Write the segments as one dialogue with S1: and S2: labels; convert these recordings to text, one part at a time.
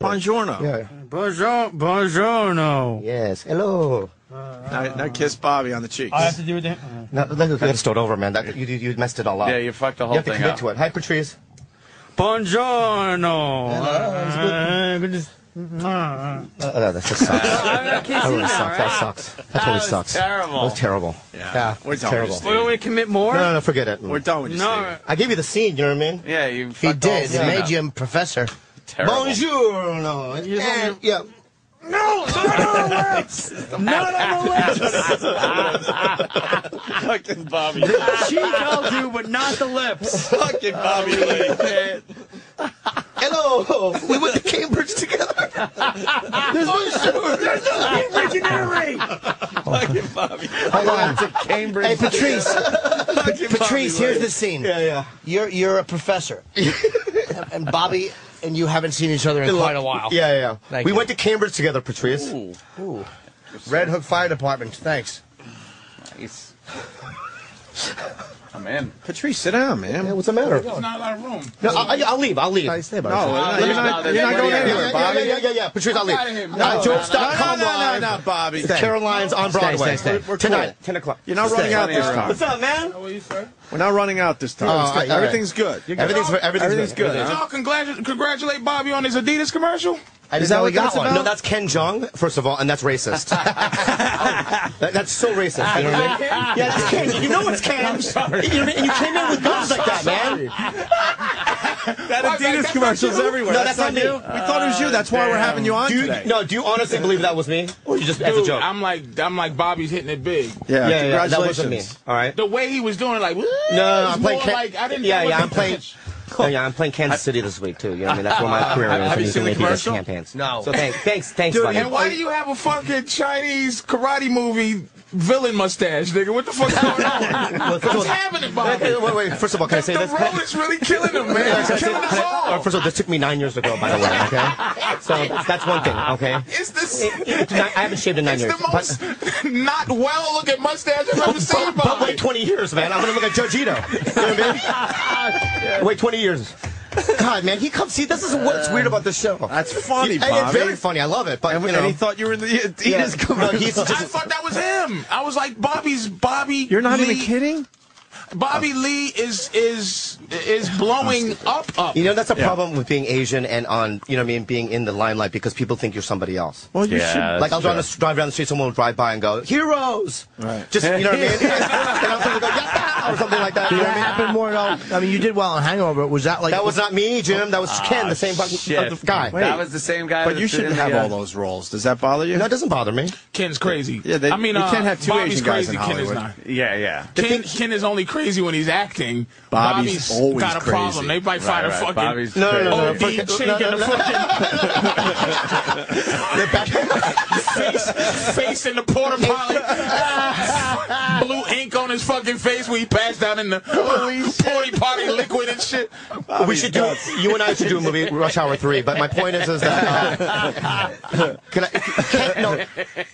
S1: Buongiorno.
S2: Yeah.
S3: Bonjour, buongiorno.
S2: Yes. Hello.
S1: Now, now kiss Bobby on the cheeks.
S3: I have to do it. Uh,
S2: No, look, you got to start over, man. That, you, you you messed it all up.
S4: Yeah, you fucked the
S2: You
S4: whole
S2: have to
S4: thing
S2: commit
S4: up.
S2: to it. Hi, Patrice.
S3: buongiorno.
S2: it's
S3: Uh, good to- Uh,
S2: Uh, uh, that just sucks. that
S3: I'm not kissing
S2: really
S3: now,
S2: sucks. That
S3: right?
S2: sucks. That totally
S4: was
S2: sucks.
S4: terrible.
S2: That was terrible.
S1: Yeah. We're
S2: it's
S1: done with
S2: terrible.
S1: this
S3: Wait,
S1: dude.
S3: want me to commit more?
S2: No, no, no, forget it.
S1: We're done with you,
S3: No.
S1: Steve.
S2: I gave you the scene. You know what I mean?
S4: Yeah, you.
S5: He
S4: fucked the whole
S5: did. It
S4: thing
S5: made
S4: up.
S5: you a professor.
S4: Terrible.
S2: Bonjour. No. And, yeah.
S1: Fucking Bobby.
S3: Cheek I'll do, but not the lips.
S1: Fucking Bobby Lee. man.
S2: Hello. We went to Cambridge together.
S1: Fucking Bobby.
S2: Hold on.
S4: Cambridge.
S5: Hey, Patrice.
S1: Fucking
S5: Patrice,
S1: Bobby
S5: here's
S1: Lee.
S5: the scene.
S2: yeah.
S5: You're you're a professor, and Bobby and you haven't seen each other in quite a while.
S2: Yeah, yeah.
S5: Thank
S2: we
S5: you.
S2: went to Cambridge together, Patrice.
S4: Ooh,
S5: Red Hook Fire Department. Thanks.
S4: nice. I'm in.
S1: Patrice, sit down, man.
S2: Yeah, what's the matter?
S6: There's not a lot of room.
S2: No, I, I, I'll leave. I'll leave.
S5: How do you say about
S1: No,
S5: it?
S1: no, you're not, you're not going
S2: Yeah, yeah,
S1: anywhere,
S2: yeah, yeah,
S1: Bobby.
S2: yeah, yeah, yeah. Patrice, I'll leave.
S6: outta here. No,
S2: Uh,
S6: no,
S2: Jokes.com
S1: No, no, no,
S2: live.
S1: no, no, Bobby.
S2: uh, Caroline's on Broadway.
S5: stay, stay.
S1: We're
S2: Tonight,
S1: cool.
S2: 10 o'clock.
S1: You're not running out
S4: Funny
S1: this
S4: around.
S1: time.
S3: up, man?
S6: How are you, sir?
S1: We're not running out this time.
S2: Oh,
S1: It's good.
S2: all right.
S1: everything's good. You're good.
S2: Everything's, everything's,
S1: Everything's good.
S2: Everything's-
S1: huh?
S6: Y'all congrat- congratulate Bobby on his Adidas commercial?
S2: I didn't
S1: Is that
S2: know
S1: what
S2: he got
S1: that's
S2: one.
S1: about?
S2: No, that's Ken Jong, first of all, and that's racist. That- that's so racist. You know what I mean? Yeah, it's Ken. You know it's Ken. I'm sorry. You, know what I mean? you came in with guns like that, man.
S1: That Adidas commercial's everywhere.
S2: No, that's not me.
S1: you. We thought it was you. That's why we're having you on
S2: Do you,
S1: today.
S2: no, do you honestly believe that was me? Or you just, as a
S6: Dude,
S2: joke?
S6: I'm like I'm like Bobby's hitting it big.
S1: Yeah,
S2: yeah, yeah, that
S1: congratulations.
S2: wasn't me. All right.
S6: The way he was doing it, like no,
S2: no, I'm playing Ken-
S6: like I didn't.
S2: Yeah,
S6: know what
S2: yeah,
S6: the
S2: I'm playing-
S6: pitch.
S2: Oh, yeah, I'm playing Kansas City this week, too. You know what I mean? That's where my career is.
S1: Have you
S2: and
S1: seen the
S2: can make these
S1: commercial?
S2: Campaigns.
S5: No.
S2: So thanks, thanks, thanks, buddy.
S6: And why do you have a fucking Chinese karate movie villain mustache, nigga? What the fuck's going on?
S2: Well, first of all-
S6: What's happening,
S2: Wait,
S6: Bobby?
S2: wait, wait, wait, first of all, can I say
S6: The
S2: this?
S6: role is really killing him, man. It's killing us
S2: Uh,
S6: all.
S2: First of all, this took me nine years ago, by the way. Okay, so that's one thing. Okay,
S6: It's this.
S2: It- I haven't shaved in nine
S6: It's
S2: years.
S6: the most not well looking mustache I've ever seen,
S2: but, but
S6: Bobby.
S2: wait twenty years, man. I'm gonna look at Judge Ito. You know what I mean? wait twenty years. God, man, he comes. See, this is what's weird about this show.
S1: That's funny,
S2: Hey, it's
S1: Bobby.
S2: very funny. I love it, but
S1: And,
S2: you know,
S1: and he thought you were in the Adidas
S2: yeah, no,
S1: commercial.
S2: he's
S6: I
S2: just.
S6: thought that was him. I was like, Bobby's Bobby.
S1: You're not
S6: Lee.
S1: even kidding?
S6: Bobby Lee is is is blowing up up.
S2: You know that's a
S1: Yeah.
S2: problem with being Asian and on you know what I mean being in the limelight because people think you're somebody else.
S1: Well, you
S4: Yeah,
S1: should.
S4: that's
S2: Like I'll drive,
S4: true.
S2: on the, drive down the street, someone will drive by and go, "Heroes!"
S1: Right.
S2: Just you know what I mean? and I'm going to go, "Yatta!" or something like that. You know
S5: That
S2: what I mean?
S5: happened more. than all- I mean, you did well on Hangover. Was that like
S2: That was not me, Jim. That was Ken, the same fucking
S4: Shit.
S2: uh, guy.
S4: That was the same guy.
S1: But
S4: that
S1: you
S4: stood
S1: shouldn't
S4: in the,
S1: have
S4: uh,
S1: all those roles. Does that bother you?
S2: No, it doesn't bother me.
S6: Ken's crazy.
S1: Yeah, they-
S6: I mean,
S1: you
S6: uh,
S1: can't have two
S6: Bobby's
S1: Asian guys
S6: crazy.
S1: in
S6: Ken is
S1: Hollywood.
S6: not.
S4: Yeah, yeah.
S6: Ken, Ken is only crazy when he's acting.
S1: Bobby's always
S6: got a
S1: crazy.
S6: problem. They might find
S4: Right, right.
S6: a fucking
S4: Bobby's
S2: No, no, no, no.
S6: OD
S2: Fuck
S6: chink
S2: it. No, no,
S6: in the
S2: no.
S6: fucking
S2: They're back-
S6: face, face in the porta potty, blue ink on his fucking face when he passed out in the porta potty liquid and shit.
S2: we should do. You and I should do a movie, Rush Hour Three. But my point is, is that uh, can I, Ken, no,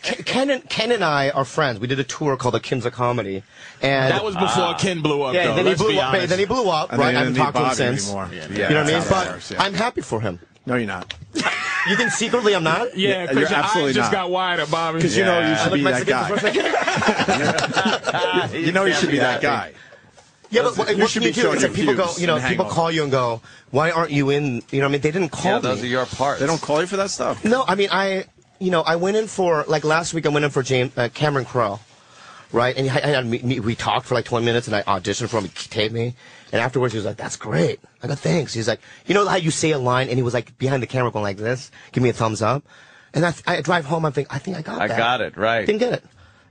S2: Ken, Ken and Ken and I are friends. We did a tour called the Kins of Comedy, and
S6: That was before Ken blew up.
S2: yeah,
S6: though.
S2: then he
S6: Let's
S2: blew
S6: be
S2: up.
S6: honest.
S2: Then he blew up.
S1: And
S2: right,
S1: they
S2: I haven't
S1: didn't
S2: talked
S1: need
S2: to him
S1: Bobby
S2: since.
S1: anymore. Yeah,
S2: you know what I mean?
S1: that's how
S2: But
S1: that works, yeah.
S2: I'm happy for him.
S1: No, you're not.
S2: You think secretly I'm not?
S6: Yeah,
S1: you're
S6: because your
S1: absolutely
S6: eyes just
S1: not.
S6: got wider, Bobby.
S1: Because you know you
S2: I
S1: should
S2: look
S1: be that
S2: Mexican for a
S1: guy.
S2: second.
S1: You know you should be that guy.
S2: Yeah, but what,
S1: you
S2: what
S1: should
S2: can
S1: be
S2: you do
S1: showing
S2: is
S1: your
S2: that people go,
S1: pubes
S2: you know,
S1: and
S2: people
S1: hang
S2: call you and go, "Why aren't you in?" You know, what I mean, they didn't call
S4: Yeah,
S2: me.
S4: those are your parts.
S1: They don't call you for that stuff.
S2: No, I mean I, you know, I went in for like last week. I went in for James uh, Cameron Crowe, right? And I, I, had- me- me- we talked for like 20 minutes, and I auditioned for him. He taped me, and afterwards he was like, "That's great." I go, "Thanks." He's like, "You know how you say a line?" And he was like behind the camera going like this, "Give me a thumbs up." And I, I drive home. I think I think I got
S4: I
S2: that.
S4: got it right.
S2: Didn't get it.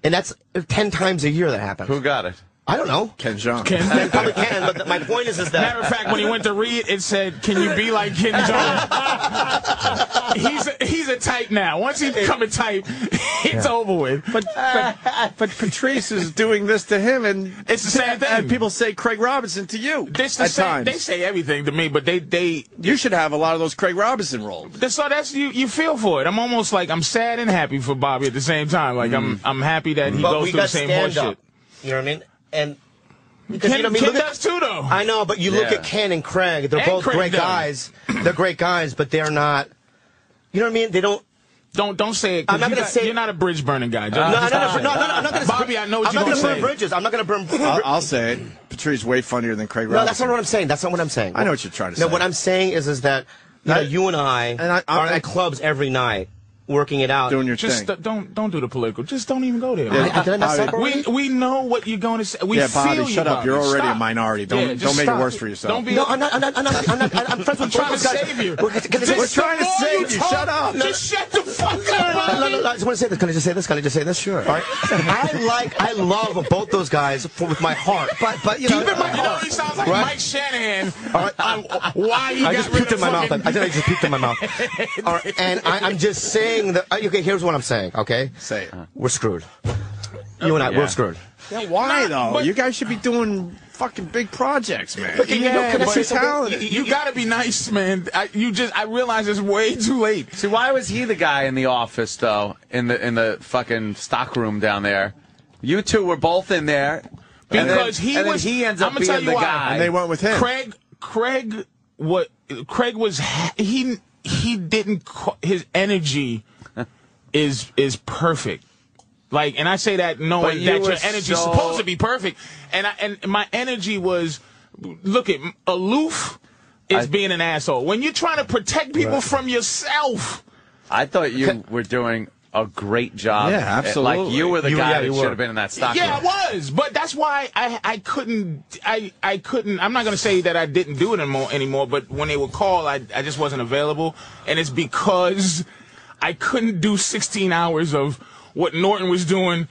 S2: And that's uh, 10 times a year that happens.
S4: Who got it?
S2: I don't know.
S1: Ken Jeong.
S2: They probably can, but th- my point is, is that
S6: Matter of fact, when he went to read, it said, "Can you be like Ken Jong?" he's a, he's a type now. Once he become a type, it's over with.
S1: But, but, but Patrice is doing this to him, and
S6: It's the same thing.
S1: And people say Craig Robinson to you.
S6: This the
S1: at
S6: same.
S1: times.
S6: They say everything to me, but they they.
S1: you should have a lot of those Craig Robinson roles.
S6: that's- So that's you. You feel for it. I'm almost like I'm sad and happy for Bobby at the same time. Like I'm I'm happy that he
S2: Mm. but
S6: goes
S2: we
S6: through the
S2: got
S6: same
S2: stand
S6: horseshit.
S2: up. You know what I mean? And because
S6: Ken,
S2: you know what I mean.
S6: Ken
S2: Look at-
S6: does too, though.
S2: I know, but you look
S4: Yeah.
S2: at Ken and Craig. They're
S6: And
S2: both
S6: Craig
S2: great
S6: does.
S2: guys. They're great guys, but they're not. You know what I mean? They don't.
S6: Don't don't say it. 'cause
S2: I'm not
S6: you
S2: gonna
S6: got-
S2: say-
S6: You're not a bridge burning guy. Just,
S2: No, no, no,
S6: just don't
S2: no,
S6: say
S2: no,
S6: it.
S2: no, I'm not gonna.
S6: Uh, Bobby, I know what
S2: I'm
S6: you're
S2: not
S6: gonna
S2: gonna burn
S6: say.
S2: bridges. I'm not gonna burn.
S1: I'll, I'll say it. Patrice way funnier than Craig.
S2: no,
S1: Robinson.
S2: that's not what I'm saying. That's not what I'm saying.
S1: I know what you're trying to
S2: No,
S1: say.
S2: what I'm saying is, is that you, know, you and I,
S1: And I- I-
S2: are at clubs every night, working it out.
S1: doing your
S6: Just
S1: thing.
S6: uh, don't don't do the political. Just don't even go there.
S1: Yeah.
S2: I, I, did I mess
S1: Bobby.
S2: up
S6: We
S2: already?
S6: we know what you're going to say. We
S1: Yeah, Bobby,
S6: feel you,
S1: shut up.
S6: Bobby.
S1: You're already
S6: Stop.
S1: a minority. Don't-
S6: just
S1: don't make it
S6: stop.
S1: worse for yourself.
S6: Don't be.
S2: No, I'm not. I'm not. I'm not. I'm not. I'm, I'm friends with
S6: trying
S2: both
S6: to
S2: those guys.
S6: save you.
S2: We're, can I
S6: Just
S2: just- we're trying
S6: the
S2: to
S6: more
S2: save you.
S6: talk,
S1: Shut up.
S6: Just shut the fuck up.
S2: No, no,
S6: Bobby.
S2: no, no, I just want to say this. Can I just say this? Can I just say this? Sure. All right. I like, I love both those guys for, with my heart. But, but you
S6: Keep
S2: know, uh,
S6: in mind, you know, he sounds like Mike Shanahan.
S2: right.
S6: on why he
S2: I
S6: got
S2: just
S6: rid
S2: pooped
S6: of
S2: in my mouth.
S6: fucking-
S2: I think I just pooped in my mouth. All right, and I, I'm just saying that. uh, Okay, here's what I'm saying. Okay,
S1: Say it.
S2: we're screwed. You and I,
S1: Yeah.
S2: we're screwed.
S1: Yeah, why though?
S6: but-
S1: you guys should be doing fucking big projects, man.
S2: But can you-
S6: Yeah,
S2: can I
S6: but-
S2: say something?
S1: talented.
S6: You gotta be nice, man. I, you just I realize it's way too late.
S4: See, why was he the guy in the office though? In the in the fucking stock room down there. You two were both in there. and then-
S6: Because he
S4: and then
S6: was
S4: he ends up
S6: I'ma tell
S4: being
S6: you
S4: the
S6: why.
S4: guy.
S1: And they went with him.
S6: Craig Craig what Craig was ha- he he didn't ca- his energy is is perfect. Like and I say that
S4: But
S6: knowing
S4: you
S6: that
S4: were
S6: your energy's
S4: so-
S6: supposed to be perfect. And I and my energy was look at aloof is
S4: I-
S6: being an asshole. When you're trying to protect people from yourself.
S4: I thought you were doing a great job.
S1: Yeah,
S4: Like
S1: absolutely.
S4: you were the
S2: You-
S4: guy
S2: yeah,
S4: that
S2: you
S4: should
S2: were.
S4: have been in that stock
S6: Yeah,
S4: room.
S6: I was, but that's why I I couldn't I I couldn't. I'm not gonna say that I didn't do it anymore anymore. But when they would call, I I just wasn't available, and it's because I couldn't do 16 hours of what Norton was doing.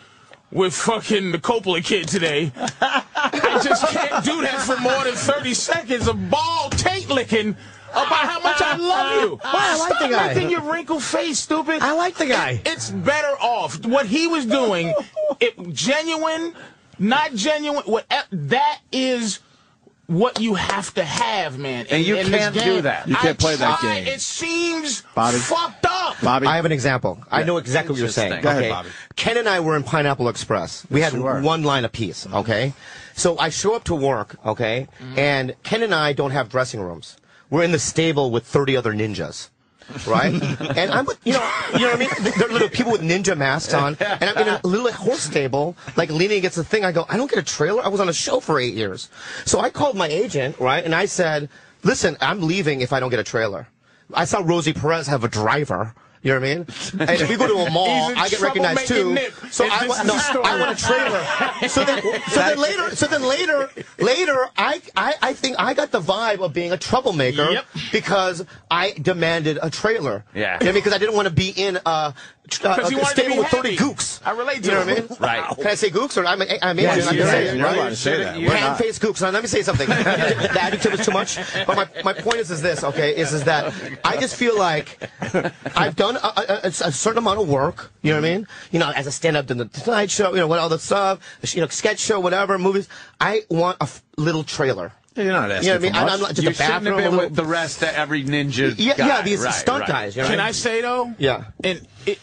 S6: With fucking the Coppola kid today, I just can't do that for more than thirty seconds of ball taint licking about how much I love you.
S2: I like the
S6: Stop
S2: guy.
S6: licking your wrinkled face, stupid.
S2: I like the guy.
S6: It's better off. What he was doing, it genuine, not genuine. What eh, that is, what you have to have, man.
S4: And you
S6: this
S4: can't
S6: game.
S4: do that.
S1: You can't
S6: I
S1: play that
S6: tried.
S1: game.
S6: It seems
S1: Bobby.
S6: fucked up.
S1: Bobby,
S2: I have an example. I know exactly what you're saying.
S4: Interesting. Go
S1: ahead,
S2: okay?
S1: Bobby.
S2: Ken and I were in Pineapple Express. We had
S1: you were. Mm-hmm.
S2: one line apiece. Okay, so I show up to work. Okay, and Ken and I don't have dressing rooms. We're in the stable with 30 other ninjas. Right, and I'm, with- you know, you know what I mean. They're little people with ninja masks on, and I'm in a little horse stable, like leaning against the thing. I go, I don't get a trailer. I was on a show for eight years, so I called my agent, right, and I said, listen, I'm leaving if I don't get a trailer. I saw Rosie Perez have a driver. You know what I mean? And if we go to a mall,
S6: He's in
S2: I get
S6: trouble
S2: recognized
S6: making
S2: too.
S6: nip.
S2: So
S6: If
S2: I,
S6: this
S2: wa-
S6: is
S2: no,
S6: the story.
S2: I want a trailer. So then, so then later, so then later, later, I, I, I think I got the vibe of being a troublemaker
S6: Yep.
S2: because I demanded a trailer.
S4: Yeah.
S2: You know, because I didn't want to be in a, tr- a,
S6: 'Cause he
S2: a
S6: wanted to
S2: stable
S6: be
S2: with 30
S6: happy.
S2: gooks.
S6: I relate to
S2: You know
S6: him.
S2: what I mean?
S4: Right.
S2: Can I say gooks or I'm, I'm
S1: Yeah,
S2: Asian? I
S1: you're
S2: can say
S1: right.
S2: it,
S1: You're
S2: right?
S1: allowed to say that. We're
S2: Pan
S1: not.
S2: face gooks. Now, let me say something. the adjective is too much. But my, my point is, is this, okay, is, is that I just feel like I've done a, a, a- a certain amount of work, you know what I mean? You know, as a stand-up in the Tonight Show, you know, what all the stuff, you know, sketch show, whatever, movies. I want a f- little trailer.
S1: Yeah, you're not asking
S2: You know what I
S1: for
S2: mean? I'm-
S1: much.
S2: I'm not just
S4: You
S2: a
S4: shouldn't
S2: bathroom.
S4: have been
S2: a
S4: with
S2: little-
S4: the rest of every ninja.
S2: yeah,
S4: guy.
S2: yeah, these
S4: Right,
S2: stunt
S4: right.
S2: guys. You know what
S6: Can
S2: I
S6: I
S2: mean?
S6: say though?
S2: Yeah.
S6: In it,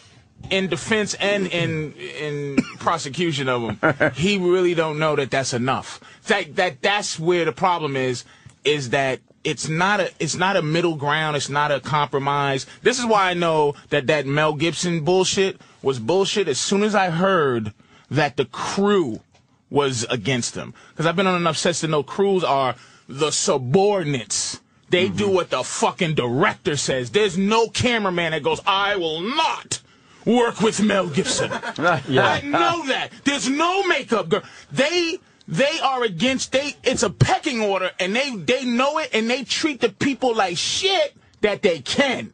S6: in defense and in in prosecution of him, he really don't know that that's enough. That that that's where the problem is. Is that it's not a it's not a middle ground. It's not a compromise. This is why I know that that Mel Gibson bullshit was bullshit. As soon as I heard that the crew was against them, because I've been on enough sets to know crews are the subordinates. They do what the fucking director says. There's no cameraman that goes, I will not work with Mel Gibson. I know that. There's no makeup girl. They they are against they it's a pecking order and they they know it and they treat the people like shit that they can.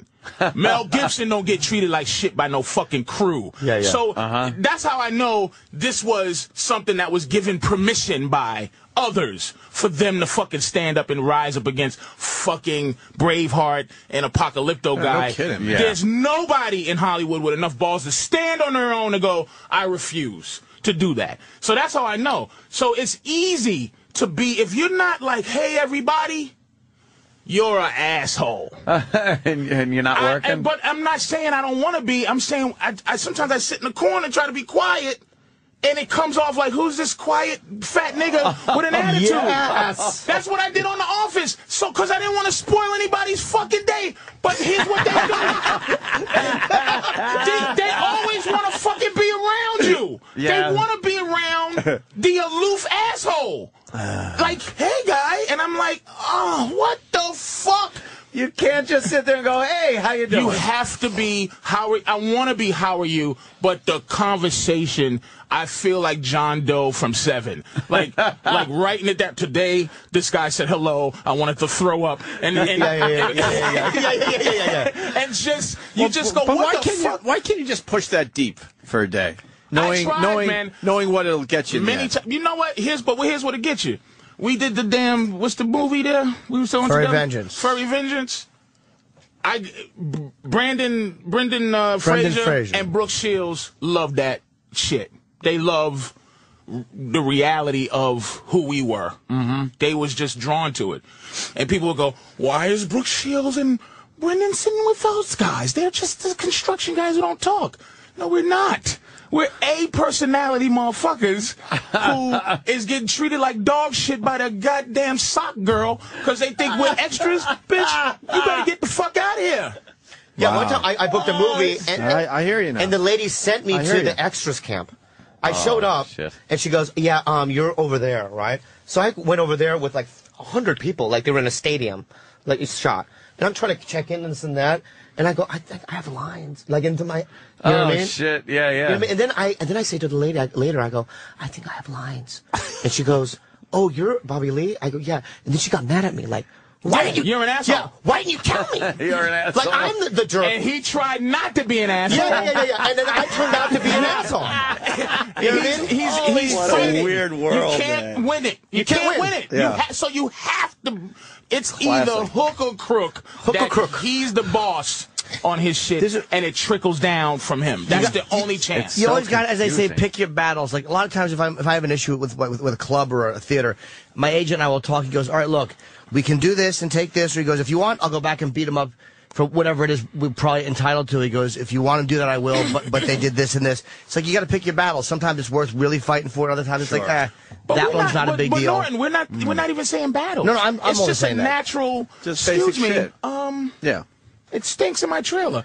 S6: Mel Gibson don't get treated like shit by no fucking crew.
S2: Yeah, Uh-huh. yeah.
S6: So that's how I know this was something that was given permission by others for them to fucking stand up and rise up against fucking Braveheart and
S2: Uh-huh.
S6: Apocalypto guy.
S1: kidding, man.
S6: There's nobody in Hollywood with enough balls to stand on their own and go, I refuse to do that. So that's how I know. So it's easy to be, if you're not like, hey, everybody, you're an asshole.
S4: and, and you're not
S6: I-
S4: working.
S6: and- but I'm not saying I don't want to be. I'm saying I, I sometimes I sit in the corner and try to be quiet, and it comes off like who's this quiet fat nigga with an attitude?
S2: Yes.
S6: That's what I did on The Office. So because I didn't want to spoil anybody's fucking day. But here's what they do. like, hey guy, and I'm like, oh, what the fuck?
S4: You can't just sit there and go, "Hey, how you doing?"
S6: You have to be how are, I want to be. How are you? But the conversation, I feel like John Doe from Seven, like like writing it that today. This guy said hello. I wanted to throw up, and and,
S2: yeah, yeah, yeah, yeah, yeah, yeah, yeah, yeah, yeah, yeah.
S6: and just you just go.
S1: but
S6: what
S1: why
S6: the
S1: can't
S6: fuck?
S1: you? Why can't you just push that deep for a day, knowing
S6: tried,
S1: knowing
S6: man.
S1: knowing what it'll get you? in the
S6: many
S1: end?
S6: times. You know what? Here's but here's what it gets you. We did the damn. What's the movie there? We were so
S3: Furry
S6: together?
S3: Vengeance.
S6: Furry Vengeance. I, uh, B- Brandon, Brendan uh,
S3: Brendan
S6: Fraser,
S3: Fraser.
S6: and Brooke Shields love that shit. They love the reality of who we were. Mm-hmm. They was just drawn to it, and people would go, "Why is Brooke Shields and Brendan sitting with those guys? They're just the construction guys who don't talk." No, we're not. We're a personality motherfuckers who is getting treated like dog shit by the goddamn sock girl because they think we're extras. Bitch, you better get the fuck out of here.
S2: Yeah, one time I, I booked a movie, and,
S1: I- I hear you now.
S2: And the lady sent me
S1: I
S2: to
S1: hear you.
S2: the extras camp. I showed up,
S4: Oh, shit.
S2: and she goes, "Yeah, um, you're over there, right?" So I went over there with like hundred people, like they were in a stadium, like it's shot. And I'm trying to check in and this and that, and I go, "I, think I have lines like into my, you
S4: oh
S2: know what I mean?"
S4: shit! Yeah, yeah.
S2: You know what I mean? And then I and then I say to the lady I, later, I go, I think I have lines, and she goes, Oh, you're Bobby Lee? I go, Yeah. And then she got mad at me, like, Why did you?
S6: You're an asshole.
S2: Yeah. Why didn't you tell me?
S4: You're an asshole.
S2: Like I'm the, the jerk.
S6: And he tried not to be an asshole.
S2: yeah, yeah, yeah, yeah, yeah. And then I turned out to be an asshole. You know what I
S6: He's,
S2: mean?
S6: he's, he's
S1: What a
S6: fighting.
S1: weird world,
S6: You can't
S1: man.
S6: win it. You,
S2: You
S6: can't,
S2: can't
S6: win,
S2: win.
S6: it.
S1: Yeah.
S6: You ha- so you have to. It's either
S1: Classic.
S6: hook or crook. Hook
S2: or crook.
S6: He's the boss on his shit,
S3: This is-
S6: and it trickles down from him. That's the only chance.
S3: You always got, as they say,
S4: confusing.
S3: pick your battles. Like a lot of times, if I am if I have an issue with, with with a club or a theater, my agent and I will talk. He goes, "All right, look, we can do this and take this." Or he goes, "If you want, I'll go back and beat him up for whatever it is we're probably entitled to." He goes, "If you want to do that, I will." But but they did this and this. It's like you got to pick your battles. Sometimes it's worth really fighting for it. Other times it's like, ah,
S6: But
S3: that
S6: we're
S3: one's not, a
S6: but-
S3: big
S6: but
S3: deal.
S6: Norton, we're not. We're not even saying battle.
S3: No, no, I'm- I'm
S6: It's
S3: only
S6: just a
S3: saying that.
S6: natural.
S1: Just basic
S6: excuse me.
S1: shit.
S6: Um,
S1: yeah.
S6: it stinks in my trailer.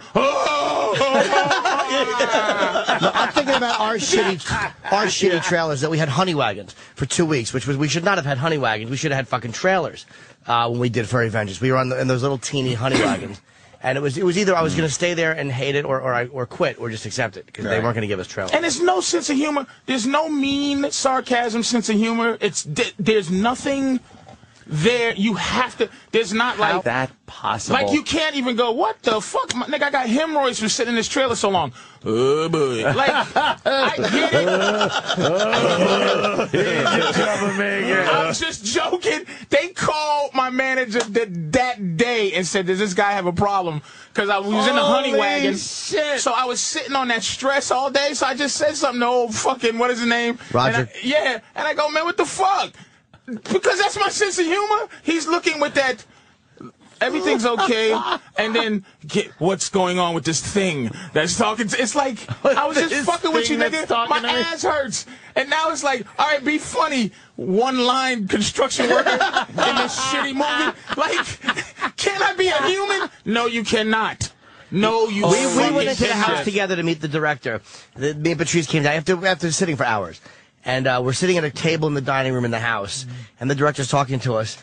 S6: Oh!
S3: No, I'm thinking about our shitty, our shitty trailers that we had honey wagons for two weeks, which was we should not have had honey wagons. We should have had fucking trailers uh, when we did Furry Vengeance. We were on the, in those little teeny honey wagons, and it was it was either I was going to stay there and hate it, or or, I, or quit, or just accept it because they weren't going to give us trailers.
S6: And there's no sense of humor. There's no mean sarcasm sense of humor. It's th- there's nothing there. You have to. There's not
S4: How
S6: like
S4: that possible?
S6: Like you can't even go. What the fuck, my, nigga? I got hemorrhoids from sitting in this trailer so long. Oh boy. Like I get it. I'm just joking. They called my manager th- that day and said, "Does this guy have a problem?" Because I was in the honey
S4: Holy
S6: wagon.
S4: shit.
S6: So I was sitting on that stress all day. So I just said something to old fucking what is his name?
S3: Roger.
S6: And I- yeah, and I go, man, what the fuck? Because that's my sense of humor. He's looking with that. Everything's okay, and then get what's going on with this thing that's talking. To, it's like I was just
S4: This
S6: fucking with you,
S4: thing
S6: nigga.
S4: that's talking
S6: My
S4: to me.
S6: ass hurts, and now it's like, all right, be funny. One line construction worker in this shitty movie. Like, can I be a human? No, you cannot. No, you.
S3: We, we went
S6: fucking
S3: into the
S6: cannot.
S3: house together to meet the director. The, me and Patrice came down after after sitting for hours, and uh, we're sitting at a table in the dining room in the house, and the director's talking to us,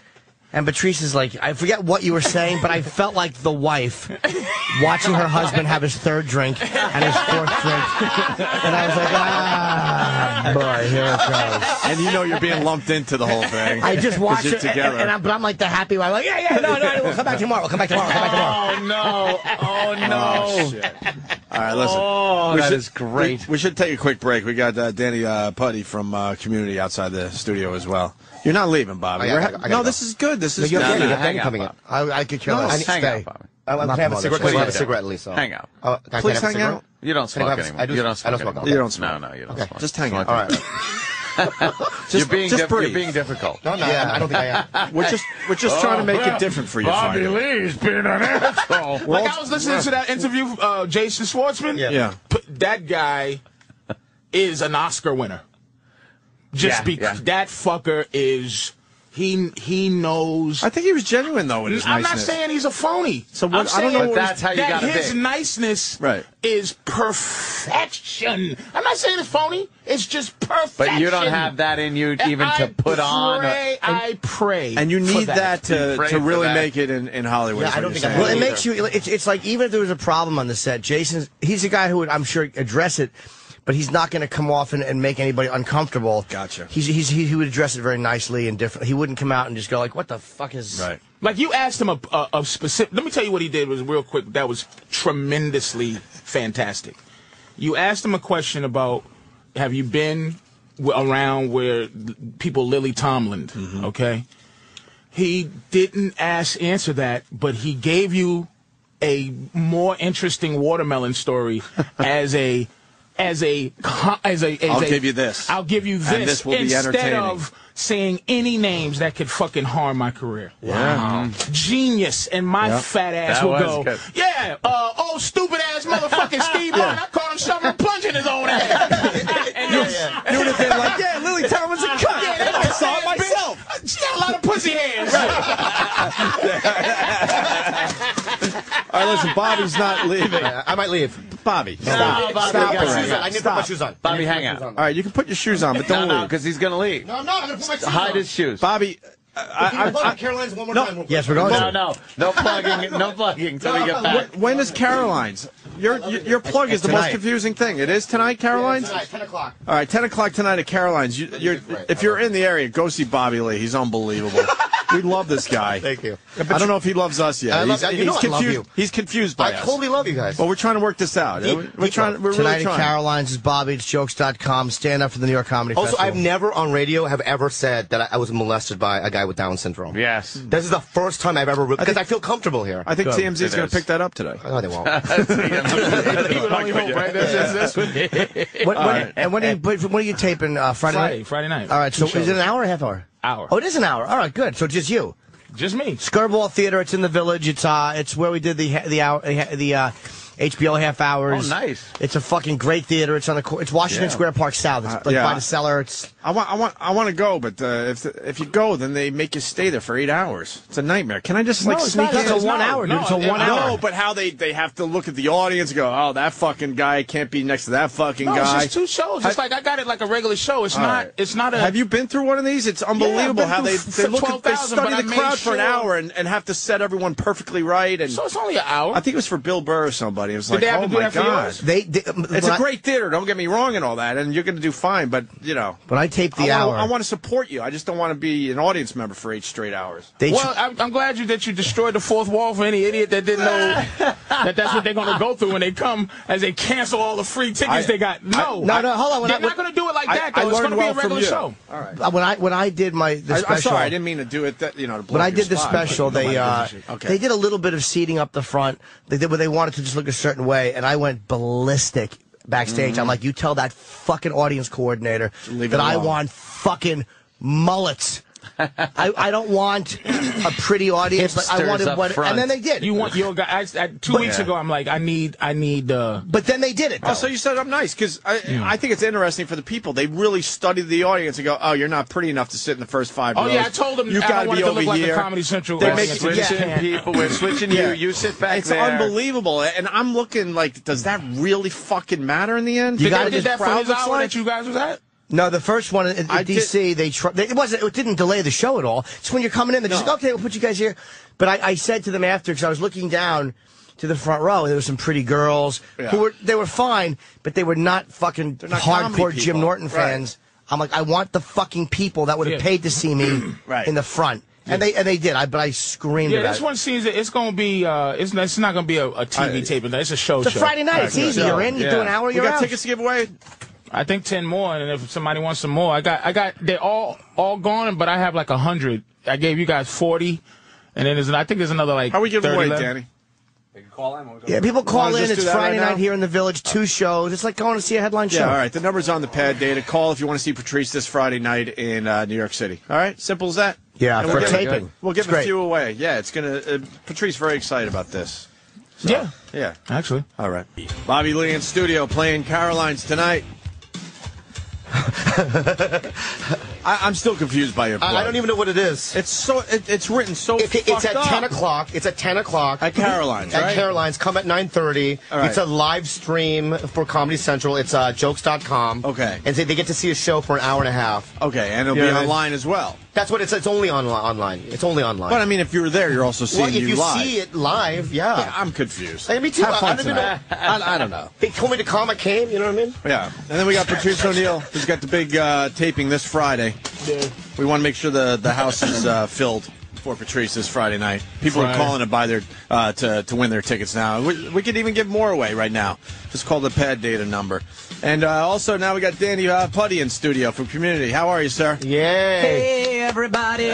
S3: and Patrice is like, I forget what you were saying, but I felt like the wife watching her husband have his third drink and his fourth drink, and I was like, ah, boy, here it goes.
S1: And you know you're being lumped into the whole thing.
S3: I just
S1: 'Cause
S3: watched
S1: you're
S3: it, and,
S1: together.
S3: and I'm, but I'm like the happy one. I'm like, yeah, yeah, no, no, we'll come back tomorrow. We'll come back tomorrow. We'll come back tomorrow.
S4: Oh no! Oh
S1: Oh,
S4: no!
S1: shit. All right, listen.
S4: Oh,
S1: We
S4: that
S1: should-
S4: is great.
S1: We, we should take a quick break. We got uh, Danny uh, Putty from uh, Community outside the studio as well. You're not leaving, Bobby.
S2: I gotta-
S1: We're
S2: I gotta
S1: no,
S2: go.
S1: this is good. This is
S2: you
S1: no,
S2: have,
S1: no,
S2: you have
S4: hang
S2: Danny
S4: out,
S2: coming in.
S4: Bob.
S3: I, I could care
S1: No,
S3: less.
S1: hang
S3: Stay.
S4: out, Bobby.
S2: I, I
S3: Not
S2: can have a
S3: tomorrow,
S2: cigarette.
S3: that's
S2: Please
S3: right.
S2: have a cigarette, Lisa.
S4: Hang out.
S2: Oh, can I
S1: Please
S2: have a
S1: hang
S2: cigarette?
S1: out.
S4: You don't
S2: Can I
S4: smoke
S2: have a-
S4: anymore.
S2: I do-
S4: you don't smoke.
S2: I don't smoke.
S4: anymore.
S1: You don't smoke.
S4: No, no, you don't smoke.
S1: Just hang out.
S4: Smoke.
S1: All right.
S4: You're
S1: Just,
S4: being
S1: just
S4: dif-
S1: breathe.
S4: you're being difficult.
S2: No, no, I don't think I am.
S1: we're just we're just trying to
S2: Oh.
S1: make it different for you. finally.
S4: Lee's being an asshole.
S6: Like I was listening to that interview, uh, Jason Schwartzman.
S2: Yeah.
S1: Yeah.
S6: P- that guy is an Oscar winner. Just
S4: Yeah,
S6: because
S4: yeah.
S6: that fucker is. He he knows.
S7: I think he was genuine though. With his
S6: I'm not
S7: niceness.
S6: saying he's a phony.
S7: So what-
S6: I'm
S7: I don't
S6: saying
S7: know
S4: But what that's was- how you
S6: that
S4: gotta
S6: his
S4: be.
S6: niceness
S1: Right.
S6: is perfection. I'm not saying it's phony. It's just perfection.
S4: But you don't have that in you
S6: And
S4: even
S6: I
S4: to put on. a-
S6: Pray, I pray.
S1: And you
S6: for
S1: need that,
S4: You
S1: to,
S4: pray
S1: to
S4: for
S1: really
S4: that.
S1: make it in, in Hollywood.
S2: Yeah,
S1: is
S2: I
S1: what
S2: don't
S1: you're
S2: think I
S1: saying.
S2: have
S3: Well, it
S2: either.
S3: makes you. It's, it's like even if there was a problem on the set, Jason's. He's a guy who would, I'm sure, address it, but he's not going to come off and, and make anybody uncomfortable.
S1: Gotcha.
S3: He's, he's he, he would address it very nicely and different. He wouldn't come out and just go like, "What the fuck is?"
S1: Right.
S6: Like you asked him a, a, a specific. Let me tell you what he did was real quick. That was tremendously fantastic. You asked him a question about have you been w- around where l- people Lily Tomlin?
S1: Mm-hmm.
S6: Okay. He didn't ask answer that, but he gave you a more interesting watermelon story as a as a co- as a as
S1: I'll
S6: a-
S1: give you this.
S6: I'll give you this,
S1: And this will be
S6: instead
S1: entertaining.
S6: of saying any names that could fucking harm my career. Wow. Mm. Genius. And my fat ass
S4: That
S6: will
S4: was
S6: go,
S4: good.
S6: yeah, uh, oh, stupid ass motherfucking Steve Martin. I caught him shoving a plunge in his own ass. and you
S7: You would have been like, yeah, Lily Tomlin's a cunt. I saw it myself.
S6: uh, She got a lot of pussy hands.
S7: All right, listen, Bobby's not leaving.
S2: I I might leave.
S1: Bobby.
S4: Stop,
S2: Stop,
S4: Bobby,
S2: I need to put
S4: guys.
S2: my shoes on. I need to put my shoes on.
S4: Bobby, hang out.
S1: All right, you can put your shoes on, but
S4: No,
S1: don't
S4: no,
S1: leave.
S4: because he's gonna leave.
S2: No, I'm not. I'm going to put my shoes
S4: Hide
S2: on.
S4: his shoes.
S1: Bobby, I, I, I,
S2: Caroline's one more
S1: No.
S2: time.
S3: Yes, we're going.
S4: No,
S3: to.
S4: no, no plugging, no plugging till we get back.
S1: when- when is Caroline's? Your your plug is the most
S3: Tonight.
S1: confusing thing. It is tonight, Caroline's.
S2: Tonight, 10 o'clock.
S1: All right, ten o'clock tonight at Caroline's. You, you're, if you're in the area, go see Bobby Lee. He's unbelievable. we love this guy.
S2: Thank you.
S1: I don't know if he loves us yet.
S2: I love-
S1: he's,
S2: you know
S1: he's
S2: I love
S1: confused.
S2: you.
S1: He's confused by
S2: I
S1: us.
S2: totally love you guys.
S1: But we're trying to work this out.
S2: Deep-
S1: we're we're
S2: deep
S1: trying.
S2: love.
S1: We're
S3: Tonight
S1: really
S3: at
S1: trying.
S3: Caroline's is Bobby. It's jokes.com. Stand up for the New York Comedy
S2: Also,
S3: Festival.
S2: I've never on radio have ever said that I, I was molested by a guy with Down syndrome.
S4: Yes.
S2: This is the first time I've ever because
S1: think-
S2: I, feel comfortable here.
S1: I think TMZ is
S4: It
S1: going
S4: is.
S1: to pick that up today.
S2: no, they won't.
S3: When- when- And when are you, but when are you taping? Uh, Friday,
S6: Friday,
S3: night?
S6: Friday night.
S3: All right. So
S6: Two
S3: is it an
S6: shows.
S3: hour or a half hour?
S6: Hour.
S3: Oh, it is an hour. All right. Good. So it's just you.
S6: Just me.
S3: Skirball Theater. It's in the village. It's uh, it's where we did the ha- the hour the uh, HBO half hours.
S4: Oh, nice.
S3: It's a fucking great theater. It's on the cor- it's Washington
S1: Yeah.
S3: Square Park South. It's
S1: Uh,
S3: like
S1: yeah.
S3: by the cellar. It's
S1: I want, I want, I want to go, but uh, if if you go, then they make you stay there for eight hours. It's a nightmare. Can I just like
S3: it's
S1: sneak
S3: not. It's
S1: in?
S3: a one
S1: No,
S3: hour, dude.
S1: No,
S3: It's a
S1: it-
S3: one
S1: no,
S3: hour.
S1: but how they they have to look at the audience and go, oh, that fucking guy can't be next to that fucking
S6: No, it's
S1: guy.
S6: just two shows. It's like I got it like a regular show. It's not.
S1: right.
S6: It's not a.
S1: have you been through one of these? It's unbelievable
S6: been
S1: how they they
S6: through f-
S1: look at, they
S6: 12,000, but
S1: study
S6: I
S1: the
S6: made
S1: crowd for an
S6: sure-
S1: hour and, and have to set everyone perfectly right. And
S6: So it's only an hour.
S1: I think it was for Bill Burr or somebody. It was like,
S6: they have
S1: oh
S6: to do
S1: my
S6: that for
S1: god,
S6: yours?
S3: they. they
S1: it's
S3: when
S1: a
S3: I-
S1: great theater. Don't get me wrong and all that, and you're going to do fine. But you know,
S3: When I taped the
S1: I
S3: hour,
S1: wanna, I want to support you. I just don't want to be an audience member for eight straight hours.
S3: they
S6: well, I'm, I'm glad you that you destroyed the fourth wall for any idiot that didn't know that that's what they're going to go through when they come as they cancel all the free tickets
S1: I-
S6: they got. No,
S3: no, no, hold on, when
S6: They're
S3: I-
S6: not going to do it like
S1: I-
S6: that.
S1: I
S6: Though it's
S1: learned
S6: going to
S1: well
S6: be a
S1: from
S6: regular
S1: you.
S6: show.
S3: when I when I did my the
S1: I,
S3: special.
S1: am sorry, I didn't mean to do it. That you know, to blow
S3: When
S1: up
S3: I
S1: your
S3: did the
S1: spot, but
S3: special, they
S1: nobody
S3: uh,
S1: gives a shit. okay.
S3: they did a little bit of seating up the front. They did where they wanted to just look a certain way, and I went ballistic backstage. I'm like, you tell that fucking audience coordinator
S1: Mm-hmm. Leave it
S3: that I
S1: alone.
S3: want fucking mullets. I, I don't want a pretty audience. Like, I
S4: Hipsters
S3: wanted
S4: up
S3: what,
S4: front.
S3: and then they did.
S6: You want your guy? I, I, two weeks ago, I'm like, I need, I need. uh
S3: but then they did it. Though.
S1: Oh, so you said I'm nice because I, I think it's interesting for the people. They really study the audience and go, "Oh, you're not pretty enough to sit in the first five
S6: Oh
S1: rows.
S6: yeah, I told them
S1: you
S6: I
S1: got
S6: don't want
S1: be
S6: it to
S1: over
S6: look like
S1: here."
S6: a comedy central.
S1: They
S4: We're
S1: make
S6: audience.
S1: you- yeah.
S6: They just
S4: switching
S6: can't.
S4: people. We're switching
S1: Yeah.
S4: you. You sit back
S1: it's
S4: there.
S1: unbelievable, and I'm looking like, does that really fucking matter in the end?
S3: You
S6: Did
S3: gotta
S6: they did
S3: just
S6: that for
S1: proud
S6: his
S1: looks
S6: hour
S1: like-
S6: that you guys was at?
S3: no, the first one in, in
S1: I did-
S3: DC, they, tr- they it wasn't it didn't delay the show at all. It's when you're coming in, they're just
S1: No.
S3: like, okay, we'll put you guys here. But I, I said to them after because I was looking down to the front row, and there were some pretty girls
S1: Yeah.
S3: who were they were fine, but they were not fucking
S1: not comedy
S3: hardcore Jim
S1: people.
S3: Norton
S1: Right.
S3: fans. I'm like, I want the fucking people that would have
S6: Yeah.
S3: paid to see me
S1: Right.
S3: in the front, and they and they did. I but I screamed
S6: Yeah,
S3: about
S6: this
S3: it.
S6: one seems that it's gonna be. uh It's not, it's not gonna be a, a TV taping. It's a show
S3: it's a
S6: show.
S3: Friday night. It's easy. You're in. You
S1: Yeah.
S3: do an hour. You're
S1: we got
S3: out.
S1: tickets to give away.
S6: I think ten more, and if somebody wants some more, I got, I got. They're all all gone, but I have like a hundred. I gave you guys forty, and then there's, I think there's another like.
S1: How are we giving
S6: 30
S1: away,
S6: left.
S1: Danny?
S3: Yeah, people call
S1: Wanna
S3: in.
S1: just
S3: It's
S1: do that right
S3: Friday
S1: now?
S3: night here in the village. Two shows. It's like going to see a headline show.
S1: Yeah, all right. The number's on the pad. Data call if you want to see Patrice this Friday night in uh, New York City. All right, simple as that.
S3: Yeah,
S1: And
S3: for
S1: we'll
S3: taping.
S1: Give, we'll
S3: It's
S1: give a
S3: great.
S1: few away. Yeah, it's gonna. Uh, Patrice very excited about this.
S6: Yeah,
S1: Yeah.
S6: actually.
S1: All right. Bobby Lee in studio playing Caroline's tonight. I, I'm still confused by your. Plug.
S2: I, I don't even know what it is.
S1: It's so. It, it's written so.
S2: It- it-
S1: fucked
S2: it's at
S1: up.
S2: 10 o'clock. It's at 10 o'clock.
S1: At Caroline's,
S2: At
S1: right?
S2: Caroline's. Come at 9.30.
S1: All right.
S2: It's a live stream for Comedy Central. It's uh, jokes.com.
S1: Okay.
S2: And they, they get to see a show for an hour and a half.
S1: Okay, and it'll
S7: Yeah,
S1: be
S7: it's-
S1: online as well.
S2: That's what it's. It's only on, online. It's only online.
S1: But I mean, if you were there, you're also seeing
S2: well, if you,
S1: live.
S2: see it live, yeah.
S1: Yeah, I'm confused.
S2: Hey, me too.
S1: Have
S2: I- I
S1: fun
S2: don't even
S1: tonight. I, I don't know.
S2: They told me to come. I came. You know what I mean?
S1: Yeah, and then we got Patrice O'Neill, who's got the big uh, taping this Friday. We want to make sure the the house is uh, filled for Patrice this Friday night. People are calling to buy their uh, to to win their tickets now. We, we could even give more away right now. Just call the pad data number. And uh, also now we got Danny uh, Putty in studio from Community. How are you, sir?
S2: Yay.
S8: Hey everybody!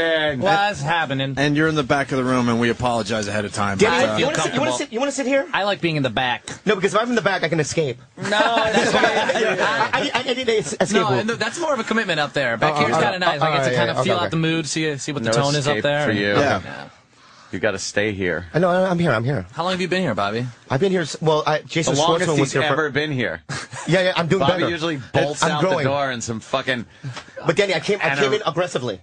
S8: What's happening?
S1: And you're in the back of the room, and we apologize ahead of time. uh,
S2: Danny,
S8: I
S2: you
S8: feel
S2: wanna sit- you want
S8: comfortable.
S2: to sit, you wanna sit here?
S8: I like being in the back.
S2: No, because if I'm in the back, I can escape.
S8: No, that's
S2: I, I, I, I need an es- escape
S8: no,
S2: route.
S8: and th- that's more of a commitment up there. Back here's kind of nice. I get to
S2: alright,
S8: kind
S2: yeah,
S8: of
S2: okay,
S8: feel
S2: okay.
S8: out the mood, see see what the
S4: No
S8: tone is up
S4: escape
S8: there.
S4: for you.
S1: Yeah.
S4: You got to stay here.
S2: I know, I- Uh, I'm here. I'm here.
S8: How long have you been here, Bobby?
S2: I've been here. s- Well, I, Jason
S4: The longest
S2: Schwartzman was
S4: he's
S2: here. for-
S4: ever been here.
S2: yeah, yeah. I'm doing
S4: Bobby
S2: better.
S4: usually
S2: And
S4: bolts
S2: I'm
S4: out
S2: growing.
S4: the door in some fucking.
S2: But Danny, I came. I
S4: And
S2: came
S4: a-
S2: in aggressively.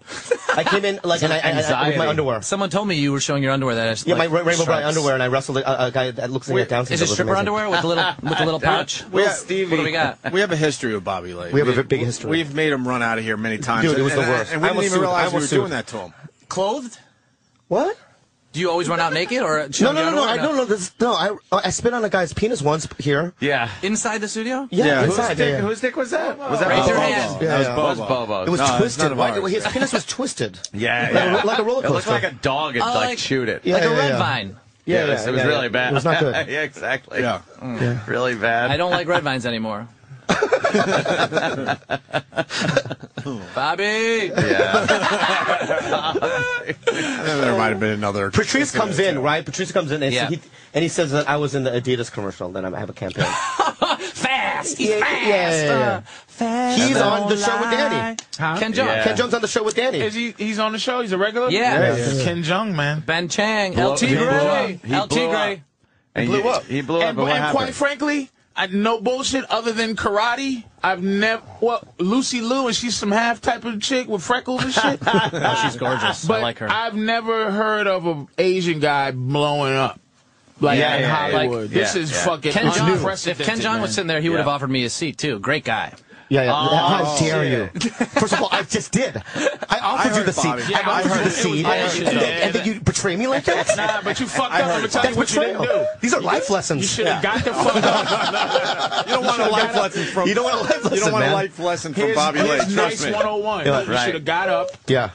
S2: I came in like and I, I, I, with
S4: anxiety.
S2: my underwear.
S8: Someone told me you were showing your underwear that is
S2: Yeah,
S8: like,
S2: my Ra- Rainbow Bright
S8: stripes.
S2: underwear, and I wrestled a, a guy that looks like a Down syndrome.
S8: Is it
S2: was
S8: stripper
S2: amazing.
S8: underwear with a little with a little pouch?
S4: Will
S8: What do
S4: Stevie.
S8: we got?
S1: We have a history with Bobby Lake.
S2: We have a big history.
S1: We've made him run out of here many times.
S2: Dude, it was
S1: and,
S2: the worst.
S1: And, and we
S2: I
S1: didn't
S2: was
S1: even
S2: sued. I
S1: realize we were
S2: was
S1: doing
S2: sued.
S1: that to him.
S8: Clothed?
S2: What?
S8: Do you always run out naked or
S2: No,
S8: showing
S2: no,
S8: your
S2: no, no. I
S8: underwear?
S2: don't know this. No, I I spit on a guy's penis once here.
S4: Yeah.
S8: Inside the studio?
S2: Yeah,
S1: Yeah.
S4: Whose
S2: inside. yeah,
S4: dick,
S2: yeah.
S4: whose dick was that? Was that
S8: Raise your
S4: Bobo's?
S8: hand.
S2: Yeah,
S1: that
S2: yeah.
S1: was
S4: That was
S1: Bobo.
S4: Bobo's.
S2: It was
S1: No, it's
S2: twisted.
S1: none of
S2: Why-
S1: ours.
S2: his penis was twisted.
S4: Yeah,
S2: Like a-
S4: yeah.
S2: like a roller
S4: It looked
S2: coaster.
S4: like a dog had
S8: Oh,
S4: like
S8: like-
S4: chewed it.
S2: Yeah,
S8: like a
S2: yeah,
S8: red
S2: yeah.
S8: vine.
S2: Yeah,
S4: Yes,
S2: yeah,
S4: it was
S2: yeah,
S4: really
S2: yeah.
S4: bad.
S2: It was not good.
S4: yeah, exactly.
S1: Yeah.
S4: Really bad.
S8: I don't like red vines anymore. Bobby,
S4: Yeah.
S1: And there might have been another.
S2: Patrice comes in, right? Patrice comes in, and,
S8: Yeah.
S2: he, and he says that I was in the Adidas commercial. That I have a campaign.
S8: fast, he's
S2: Yeah, yeah, yeah,
S8: fast,
S2: yeah, yeah.
S8: uh, fast.
S2: He's on the
S8: don't
S2: show with Danny.
S8: lie. Ken Jong,
S4: Yeah.
S2: Ken Jones on the show with Danny.
S6: Is he? He's on the show. He's a regular.
S8: Yeah. Yeah,
S2: yeah, yeah.
S6: Ken Jong, man.
S8: Ben Chang,
S4: Blow-
S8: LT
S4: he blew
S8: Gray,
S4: up. He
S8: LT
S4: blew up.
S8: Gray.
S4: And
S6: Blew
S4: you-
S6: up.
S4: He blew up.
S6: And,
S4: and what
S6: and quite
S4: happened?
S6: frankly, I no bullshit. Other than karate, I've never. Well, Lucy Liu, and she's some half type of chick with freckles and shit.
S8: Oh, she's gorgeous.
S6: but
S8: I like her.
S6: have never heard of an Asian guy blowing up. Like
S4: Yeah,
S6: in
S4: yeah, yeah.
S6: Hollywood,
S4: Like-
S6: this
S4: yeah,
S6: is
S4: yeah.
S6: fucking
S8: Ken Jong, if
S6: unprecedented.
S8: Ken Jong was
S6: man.
S8: sitting there, he would have
S4: Yeah.
S8: offered me a seat too. Great guy.
S2: yeah, yeah.
S6: Oh,
S2: How dare you? First of all, I just did. I offered
S1: I
S2: you the
S1: heard
S2: seat.
S1: Bobby.
S2: I offered you the seat,
S8: I
S2: and,
S8: heard
S2: then,
S8: you.
S2: and then you betray me like that.
S6: Nah, but you fucked up. I'm gonna tell you
S2: That's
S6: what you didn't
S2: betrayal.
S6: do.
S2: These are life
S6: You
S2: lessons.
S6: should have got the fuck up.
S1: You don't want a life lesson from.
S2: You don't want a life
S1: You
S2: lesson,
S1: don't want
S2: man.
S1: a life lesson from
S6: Here's,
S1: Bobby
S6: here's
S1: Lake.
S6: nice
S1: Trust me.
S6: 101.
S2: Yeah,
S6: You
S4: right.
S6: should have got up
S2: Yeah.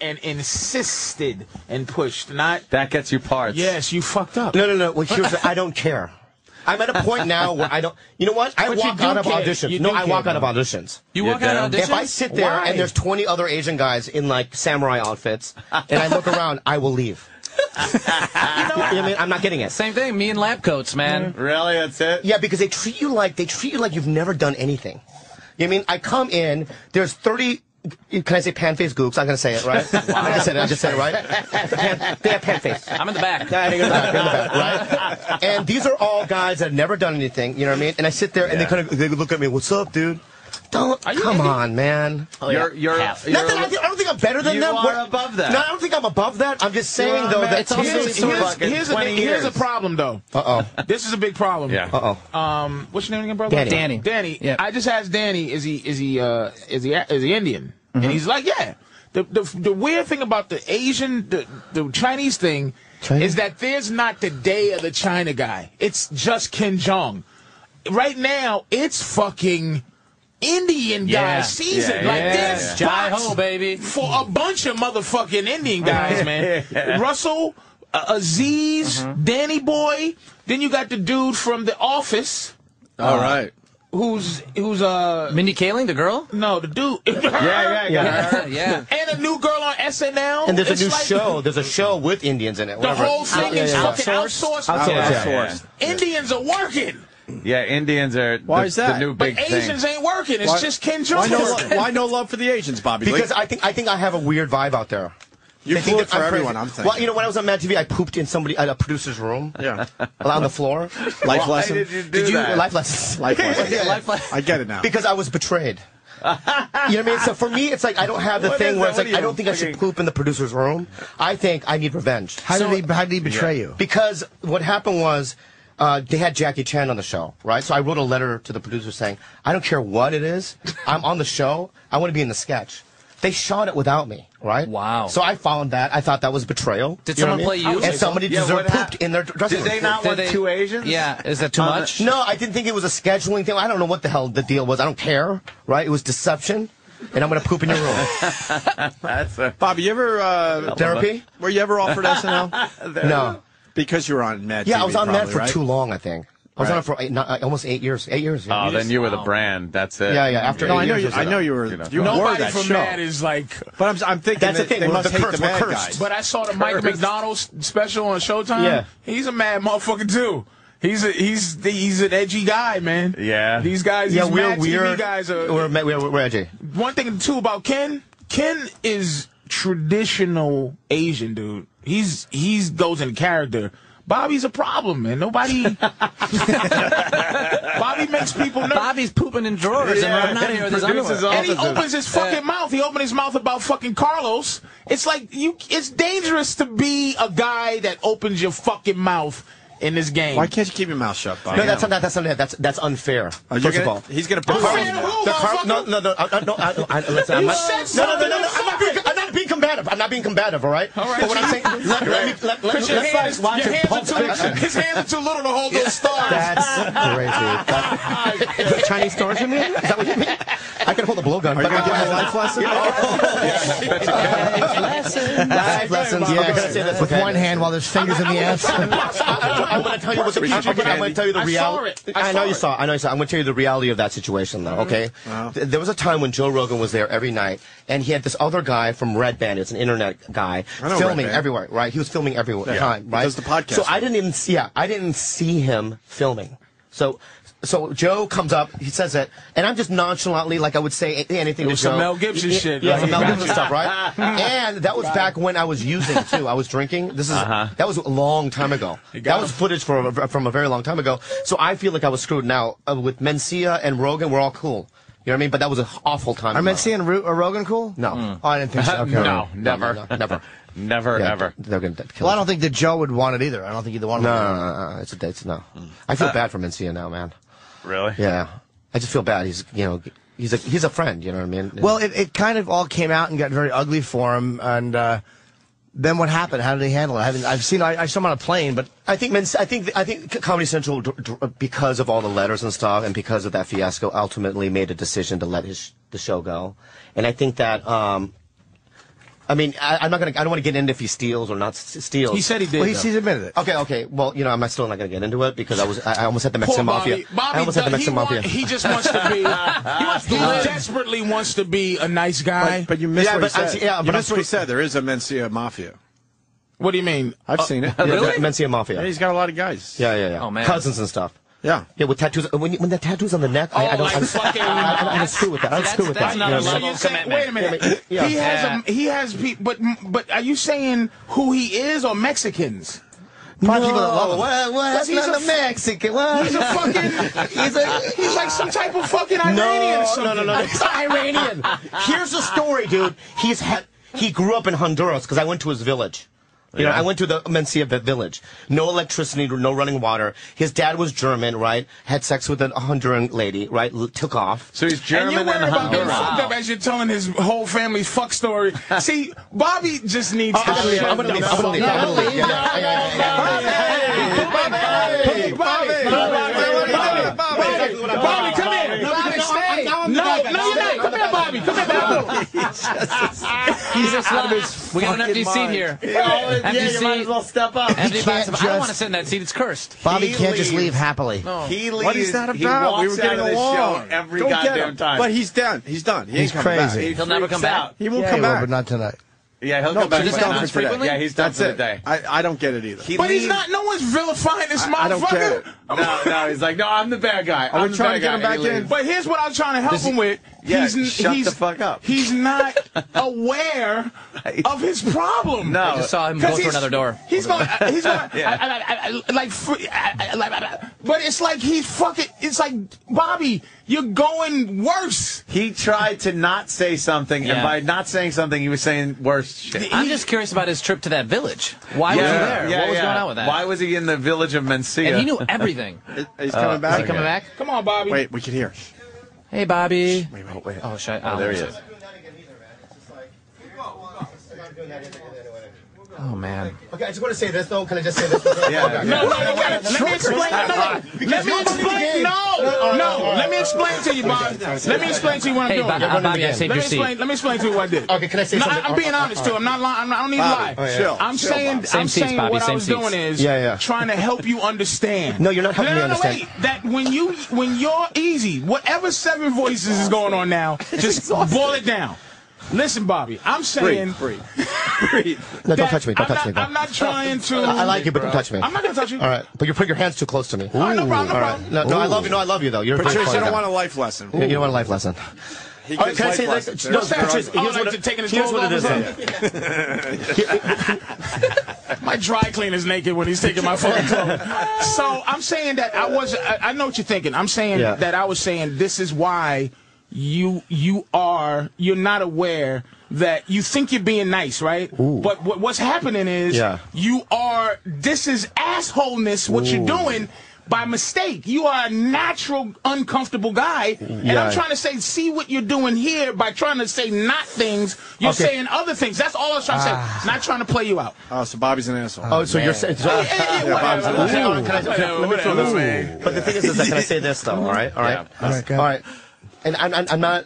S6: and insisted and pushed. Not
S4: That gets you parts.
S6: yes, you fucked up.
S2: No, no, no. Well, here's the, I don't care. I'm at a point now where I don't. You know what? I
S6: But you
S2: walk
S6: do
S2: out of
S6: care.
S2: auditions.
S6: You
S2: no,
S6: do
S2: I walk
S6: care,
S2: out of auditions.
S8: You,
S4: You
S8: walk out of
S4: do?
S8: audition.
S2: If I sit there
S6: Why?
S2: and there's 20 other Asian guys in like samurai outfits, and I look around, I will leave. you know what I mean? I'm not getting it.
S8: Same thing. Me and lab coats, man.
S4: Really? That's it?
S2: Yeah, because they treat you like they treat you like you've never done anything. You know what I mean I come in? There's 30. Can I say pan face gooks? I'm gonna say it, right? I said it. I just said it, right? Pan, they have pan face.
S8: I'm in the back.
S2: Yeah, I think it's back, in the back, right? And these are all guys that have never done anything, you know what I mean? And I sit there and they kind of they look at me, "What's up, dude?" Don't come on, man.
S4: You're, you're, you're
S2: Not that I, think, I don't think I'm better than
S4: You
S2: them.
S4: are
S2: We're-
S4: above that.
S2: No, I don't think I'm above that. I'm just saying though that
S8: It's also-
S6: here's,
S8: sort of
S6: here's-
S4: fucking
S6: here's a,
S4: 20
S6: here's a
S4: years.
S6: problem though.
S2: Uh oh.
S6: This is a big problem.
S4: Yeah.
S2: Uh oh.
S6: Um, what's your name again, brother?
S2: Danny.
S8: Danny.
S6: Danny.
S8: Yeah.
S6: I just asked Danny, is he is he uh is he is he Indian? And he's like, yeah. The, the the weird thing about the Asian the the Chinese thing
S2: China?
S6: is that there's not the day of the China guy. It's just Kim Jong. Right now, it's fucking Indian guy
S8: Yeah.
S6: season.
S4: Yeah,
S6: like
S4: yeah,
S6: this
S8: Jai Ho, baby.
S6: for a bunch of motherfucking Indian guys, man. Russell, uh, Aziz,
S4: Mm-hmm.
S6: Danny Boy. Then you got the dude from The Office,
S1: All right.
S6: who's who's uh
S8: Mindy Kaling, the girl. Uh,
S6: no the dude.
S4: Yeah, yeah, yeah.
S8: yeah.
S6: and a new girl on SNL.
S2: And there's
S6: It's
S2: a new
S6: like
S2: show. There's a show with Indians in it.
S6: The
S2: Whatever. Uh,
S6: whole thing is
S2: Yeah, yeah, yeah.
S6: fucking outsourced.
S2: Outsourced.
S4: Yeah, yeah,
S1: Outsourced.
S6: Indians are working,
S4: Yeah, Indians are
S1: Why
S4: the,
S1: is that?
S4: the new
S6: but
S4: big thing.
S6: Asians ain't working. It's just Ken
S1: Why
S6: Jones.
S1: no, lo- why no love for the Asians, Bobby Lee?
S2: Because I think I think I have a weird vibe out there.
S1: you
S2: They think
S1: flew it for
S2: that I'm
S1: everyone,
S2: crazy.
S1: I'm thinking.
S2: Well, you know, when I was on Mad TV, I pooped in somebody at a producer's room,
S1: yeah.
S2: on the floor.
S1: Life
S4: Why
S1: lesson.
S4: did you do
S2: Did you
S4: that?
S2: life lessons?
S1: Life lesson.
S2: Yeah,
S8: Life-
S1: I get it now.
S2: Because I was betrayed. You know what I mean? So for me, it's like I don't have the
S7: What
S2: thing
S7: is
S2: where
S7: that?
S2: it's
S7: What
S2: like
S7: are
S2: I
S7: you
S2: don't think I should
S7: fucking-
S2: poop in the producer's room. I think I need revenge.
S3: How did he? How did he betray you?
S2: Because what happened was uh, they had Jackie Chan on the show, right? So I wrote a letter to the producer saying, I don't care what it is, I'm on the show, I want to be in the sketch. They shot it without me, right?
S8: Wow.
S2: So I found that. I thought that was betrayal.
S8: Did
S2: know
S8: someone
S2: what I mean?
S8: play you? I would
S2: And
S8: say
S2: somebody
S4: so. Yeah,
S2: deserved
S4: what hap-
S2: pooped in their dressing
S4: Did
S2: room.
S4: they not
S8: Did
S4: want
S8: they-
S4: two Asians?
S8: Yeah, is that too much?
S2: Uh, No, I didn't think it was a scheduling thing. I don't know what the hell the deal was. I don't care, right? It was deception, and I'm going to poop in your room.
S4: That's a,
S1: Bobby, you ever uh,
S2: Therapy?
S1: Were you ever offered SNL?
S2: No.
S1: Because you were on Mad
S2: Yeah,
S1: TV
S2: I was on
S1: probably,
S2: that for
S1: right?
S2: too long, I think. I was
S1: Right.
S2: on it for eight, not, almost eight years. Eight years. yeah.
S4: oh, then you were the
S8: Wow.
S4: brand. That's it.
S2: Yeah, yeah, after
S1: No,
S2: eight
S1: I know
S2: years
S1: you.
S2: or so.
S1: I know you were.
S4: You know,
S1: You
S4: nobody
S1: were
S6: Nobody
S1: that
S6: from
S1: show.
S6: Mad is like.
S1: but I'm, I'm thinking
S2: That's the
S1: that
S2: thing,
S1: They
S2: we're
S1: must
S2: the
S1: hate
S2: cursed,
S1: the
S2: we're
S1: bad
S2: cursed.
S1: guys.
S6: But I saw the Mike McDonald special on Showtime.
S2: Yeah.
S6: he's a mad motherfucker too. He's a, he's he's an edgy guy, man.
S4: Yeah.
S6: these guys,
S2: Yeah,
S6: these
S2: we're
S6: mad
S2: weird.
S6: TV guys are.
S2: We're, ma- we're, we're edgy.
S6: one thing too about Ken. Ken is traditional Asian dude. He's he's goes in character. Bobby's a problem, man. Nobody. Bobby makes people nervous.
S8: Bobby's pooping in drawers,
S4: Yeah,
S8: and I'm not here with his
S4: produces
S8: underwear.
S4: all-
S6: And he
S4: Officer.
S6: opens his fucking mouth. He opened his mouth about fucking Carlos. It's like you. It's dangerous to be a guy that opens your fucking mouth in this game.
S1: Why can't you keep your mouth shut, Bobby?
S2: No, that's not. That's not. it. That's that's unfair.
S1: Oh, you're
S2: First of
S1: gonna-
S2: all,
S1: he's gonna
S2: The
S1: put
S2: Carl-
S6: you in a room,
S2: the Carl-
S6: motherfucker.
S2: No, no, no. I, I- no, I, I, listen, I'm
S6: You
S2: not,
S6: said
S2: no, no, no, no, no.
S6: something
S2: I'm not, being, I'm not being combative. I'm not being combative. All right. All
S6: right.
S2: But what I'm saying, let, let me let, let,
S6: Chris, your
S2: let's
S6: hands,
S2: not watch
S6: your
S2: it. Pulp
S6: hands are too,
S2: Fiction.
S6: his hands are too little to hold those stars.
S2: That's crazy. That's, is that Chinese stars in there? Is that what you mean? I can hold a blowgun.
S1: Are you gonna give him a life lesson?
S2: Life lessons. Yeah, I'm gonna say this
S3: With
S2: okay.
S3: one hand while there's fingers in the ass.
S2: I'm going to tell you what the
S1: Appreciate
S2: I'm,
S1: it,
S2: gonna- I'm going
S1: Andy.
S2: to tell you the
S6: I saw
S2: reality.
S6: it. I
S2: know
S6: saw
S2: you
S6: it.
S2: saw. I know you saw. I'm going to tell you the reality of that situation, though. Okay. Th- There was a time when Joe Rogan was there every night, and he had this other guy from Red Band. It's an internet guy
S1: I know Red
S2: filming
S1: Band.
S2: everywhere. Right. He was filming everywhere.
S1: Yeah.
S2: Time.
S1: He
S2: Right.
S1: does the podcast.
S2: So I didn't even see. Yeah, I didn't see him filming. So. So Joe comes up, he says it, and I'm just nonchalantly, like I would say a- anything to
S6: It's some
S2: Joe.
S6: Mel Gibson
S2: Yeah,
S6: shit,
S2: Yeah,
S6: right?
S2: some Mel Gibson stuff, right? And that was back when I was using too. I was drinking. This is that was a long time ago. That was footage from from a very long time ago. So I feel like I was screwed. Now uh, with Mencia and Rogan, we're all cool. You know what I mean? But that was an awful time.
S3: Are
S2: in my
S3: Messi and Ro- are uh, Rogan cool?
S2: No.
S3: Oh, I didn't think so. Okay.
S4: No, never.
S2: no, no, never.
S4: Never,
S2: life. Yeah,
S4: ever.
S2: They're gonna kill.
S3: Well, I
S2: us.
S3: don't think that Joe would want it either. I don't Hmm. Uh, think either one.
S2: No,
S3: would.
S2: no, no, no, no. It's a it's no. I feel bad for Mencia now, man.
S4: Really?
S2: Yeah, I just feel bad. He's you know he's a he's a friend. You know what I mean?
S3: Well, it, it kind of all came out and got very ugly for him. And uh, then what happened? How did he handle it? I haven't, I've seen. I, I saw him on a plane, but
S2: I think men's, I think I think Comedy Central, dr- dr- because of all the letters and stuff, and because of that fiasco, ultimately made a decision to let his sh- the show go. And I think that, um, I mean, I, I'm not gonna, I don't want to get into if he steals or not s- steals.
S6: He said he did.
S3: well, he,
S6: though.
S3: he's admitted it.
S2: Okay, okay. Well, you know, I'm still not gonna get into it because I was, I, I almost had the
S6: Poor
S2: Mexican
S6: Bobby.
S2: mafia.
S6: Bobby
S2: I almost had the
S6: does-
S2: Mexican
S6: he, want-
S2: mafia.
S6: he just wants to be. he wants to live. desperately wants to be a nice guy.
S1: But, but you missed
S2: Yeah,
S1: what
S2: but
S1: he
S2: I
S1: said.
S2: see- yeah,
S1: you
S2: but
S1: missed
S2: I'm-
S1: what he said. There is a Mencia Mafia.
S6: what do you mean?
S1: I've seen it.
S2: Yeah,
S1: Yeah,
S2: the Mencia mafia.
S1: he's got a lot of guys.
S2: Yeah, yeah, yeah.
S8: Oh, man.
S2: Cousins and stuff.
S1: Yeah.
S2: Yeah, with tattoos. uh, When, you- when the tattoos on the neck, I, I
S8: Oh,
S2: don't.
S6: like
S2: I,
S6: fucking-
S2: I, I, I don't screw with that. I don't
S8: That's-
S2: screw with
S8: that's
S2: that.
S8: not
S2: you know
S8: a
S2: what I mean?
S8: level
S6: you're
S8: of
S6: saying,
S8: commitment.
S6: wait a minute.
S2: Yeah.
S6: He has
S8: Yeah.
S6: a he has pe- but but are you saying who he is or Mexicans?
S3: Probably people that love him.
S2: What? What?
S6: Because he's
S2: Not
S6: a
S2: a
S6: f-
S2: Mexican. What?
S6: He's a fucking
S2: He's a
S6: he's like some type of fucking Iranian. or
S2: No, no,
S6: something.
S2: no, no, no. It's Iranian. Here's the story, dude. He's ha- he grew up in Honduras because I went to his village. You know, I went to the Mencia vi- village. No electricity, no running water. His dad was German, right? Had sex with a Honduran lady, right? L- took off.
S4: So he's
S6: And
S4: German
S6: you're
S4: and,
S6: worried about getting
S4: Honduran.
S6: fucked up as you're telling his whole family's fuck story. See, Bobby just needs
S2: I'm
S6: to
S2: gonna leave. I'm gonna leave. I'm gonna leave. I'm gonna leave. Yeah, yeah, yeah, yeah, yeah.
S6: Bobby, Bobby, Bobby, Bobby, Bobby,
S2: Exactly what I'm
S6: Bobby, come
S2: talking
S6: here.
S2: about.
S6: Bobby,
S2: No,
S6: stay.
S2: no,
S6: No,
S2: I'm-
S6: no,
S2: now I'm
S6: you're
S2: the
S6: not.
S2: guy.
S6: Come here, Bobby. Come here, Bobby.
S3: He's just one of his.
S8: Ah, We got an empty seat here. Empty
S7: yeah, you might as
S8: seat.
S7: well step up.
S8: Empty box.
S3: can't
S8: I don't
S3: just-
S8: want to sit in that seat. It's cursed.
S3: Bobby
S4: He
S3: can't just
S4: leaves.
S3: leave happily.
S4: He leaves.
S1: What is that
S4: he
S1: about?
S4: walks
S1: we were
S4: out
S1: getting
S4: of this
S1: along
S4: show every
S1: Go get
S4: goddamn
S1: him.
S4: time.
S1: But he's done. He's done. He
S3: He's
S1: ain't coming back.
S3: crazy.
S4: He
S8: He'll never
S4: freaks
S8: come back.
S4: out.
S1: He won't
S3: Yeah,
S1: come
S3: he
S1: back.
S3: will, but not tonight.
S4: Yeah, he'll
S1: No,
S4: come
S1: but
S4: back.
S1: he's
S4: but
S1: done
S4: not
S1: for today.
S4: frequently. Yeah, he's done
S1: That's
S4: for the
S1: it.
S4: day.
S1: I, I don't get it either.
S4: He
S6: But he's
S4: leaves-
S6: not. No one's vilifying this
S1: I- I don't care.
S6: motherfucker.
S4: No, no, he's like, no, I'm the bad guy.
S1: we
S4: I'm the
S1: trying
S4: bad
S1: to get
S4: guy.
S1: him
S4: And
S1: back
S4: he
S1: in?
S4: leaves.
S6: But here's what I was trying to help him with.
S4: Yeah,
S6: he's, n-
S4: shut
S6: he's-
S4: the fuck up.
S6: He's not aware of his problem.
S4: No. I
S8: just saw him go
S6: 'Cause
S8: through
S6: he's-
S8: another door.
S6: He's going. He's uh, going.
S4: Yeah.
S6: I- I- I- I- like, fr- I- I- like, I- I- but it's like he's fucking. It's like Bobby, you're going worse.
S4: He tried to not say something, and
S8: Yeah.
S4: by not saying something, he was saying worse shit.
S8: I'm just curious about his trip to that village. Why was he there? what was going on with that?
S4: Why was he in the village of Mencia?
S8: and he knew everything. Is
S1: He's coming back.
S8: he coming back?
S6: Come on, Bobby.
S1: Wait, we can hear.
S8: Hey, Bobby.
S4: Oh, wait.
S8: Oh, shit.
S4: Oh, there he is.
S8: Oh, man.
S2: Okay, I just want to say this though. Can I just say this? before-
S4: Yeah,
S6: No,
S4: yeah.
S6: no, no, wait. Let me explain. No, no, Let me explain.
S4: Oh,
S6: No, no. Let me explain to you, Bobby. Let me explain to you what I'm
S8: Hey,
S6: doing.
S8: Bob,
S6: Let
S8: Bobby, I saved
S6: me
S8: your seat.
S6: explain. Let me explain to you what I did.
S2: Okay, can I say
S6: No,
S2: something?
S6: I- I'm being honest too. I'm not lying. I'm not, I don't need to lie.
S1: Oh, yeah. Chill,
S6: I'm
S1: chill,
S6: saying,
S1: Bob.
S8: Same
S6: I'm
S8: seats,
S6: saying
S8: Bobby,
S6: what I
S8: same
S6: was
S8: seats.
S6: doing is
S2: Yeah, yeah.
S6: trying to help you understand.
S2: No, you're not helping
S6: no,
S2: me
S6: no,
S2: understand.
S6: Wait, that when you when you're easy, whatever seven voices is going on now, just boil it down. Listen, Bobby, I'm saying.
S1: breathe.
S2: No, don't
S6: that
S2: touch me. Don't touch
S6: I'm not,
S2: me. Though.
S6: I'm not trying to.
S2: I like you, but don't touch me.
S6: I'm not gonna touch you.
S2: All right, but you put your hands too close to me.
S6: All right, no problem, no
S2: All right.
S6: problem.
S2: No, no, I love you. No, I love you though. You're a great
S1: Patrice,
S2: fun
S1: you don't
S2: guy.
S1: want a life lesson.
S2: You- You don't want a life lesson.
S1: He
S2: All right,
S1: gives
S2: can I
S1: life
S2: say this?
S1: lessons.
S2: No,
S1: They're
S2: Patrice,
S1: ugly.
S6: I
S2: here's
S6: would like
S2: what
S6: to
S2: it-
S6: take his
S2: here's
S6: clothes
S2: what it is.
S6: off or
S2: though.
S6: My dry cleaner's naked when he's taking my fucking clothes. so I'm saying that I was. I, I know what you're thinking. I'm saying
S2: Yeah.
S6: that I was saying this is why you you are you're not aware that you think you're being nice, right? But what, what's happening is
S2: Yeah.
S6: you are. This is assholeness. What you're doing. By mistake, you are a natural uncomfortable guy, and
S2: Yeah.
S6: I'm trying to say, see what you're doing here by trying to say not things. You're
S2: Okay. Ah.
S6: saying other things. That's all I was trying to say. Not trying to play you out.
S1: Oh, so Bobby's an asshole.
S2: Oh, so you're saying? so-
S6: Whatever.
S2: Can I- can I-
S6: Whatever,
S2: let me throw this
S6: whatever.
S2: way. But the thing is, is that, can I say this though? All right, all right, all right. And I'm, I'm, I'm not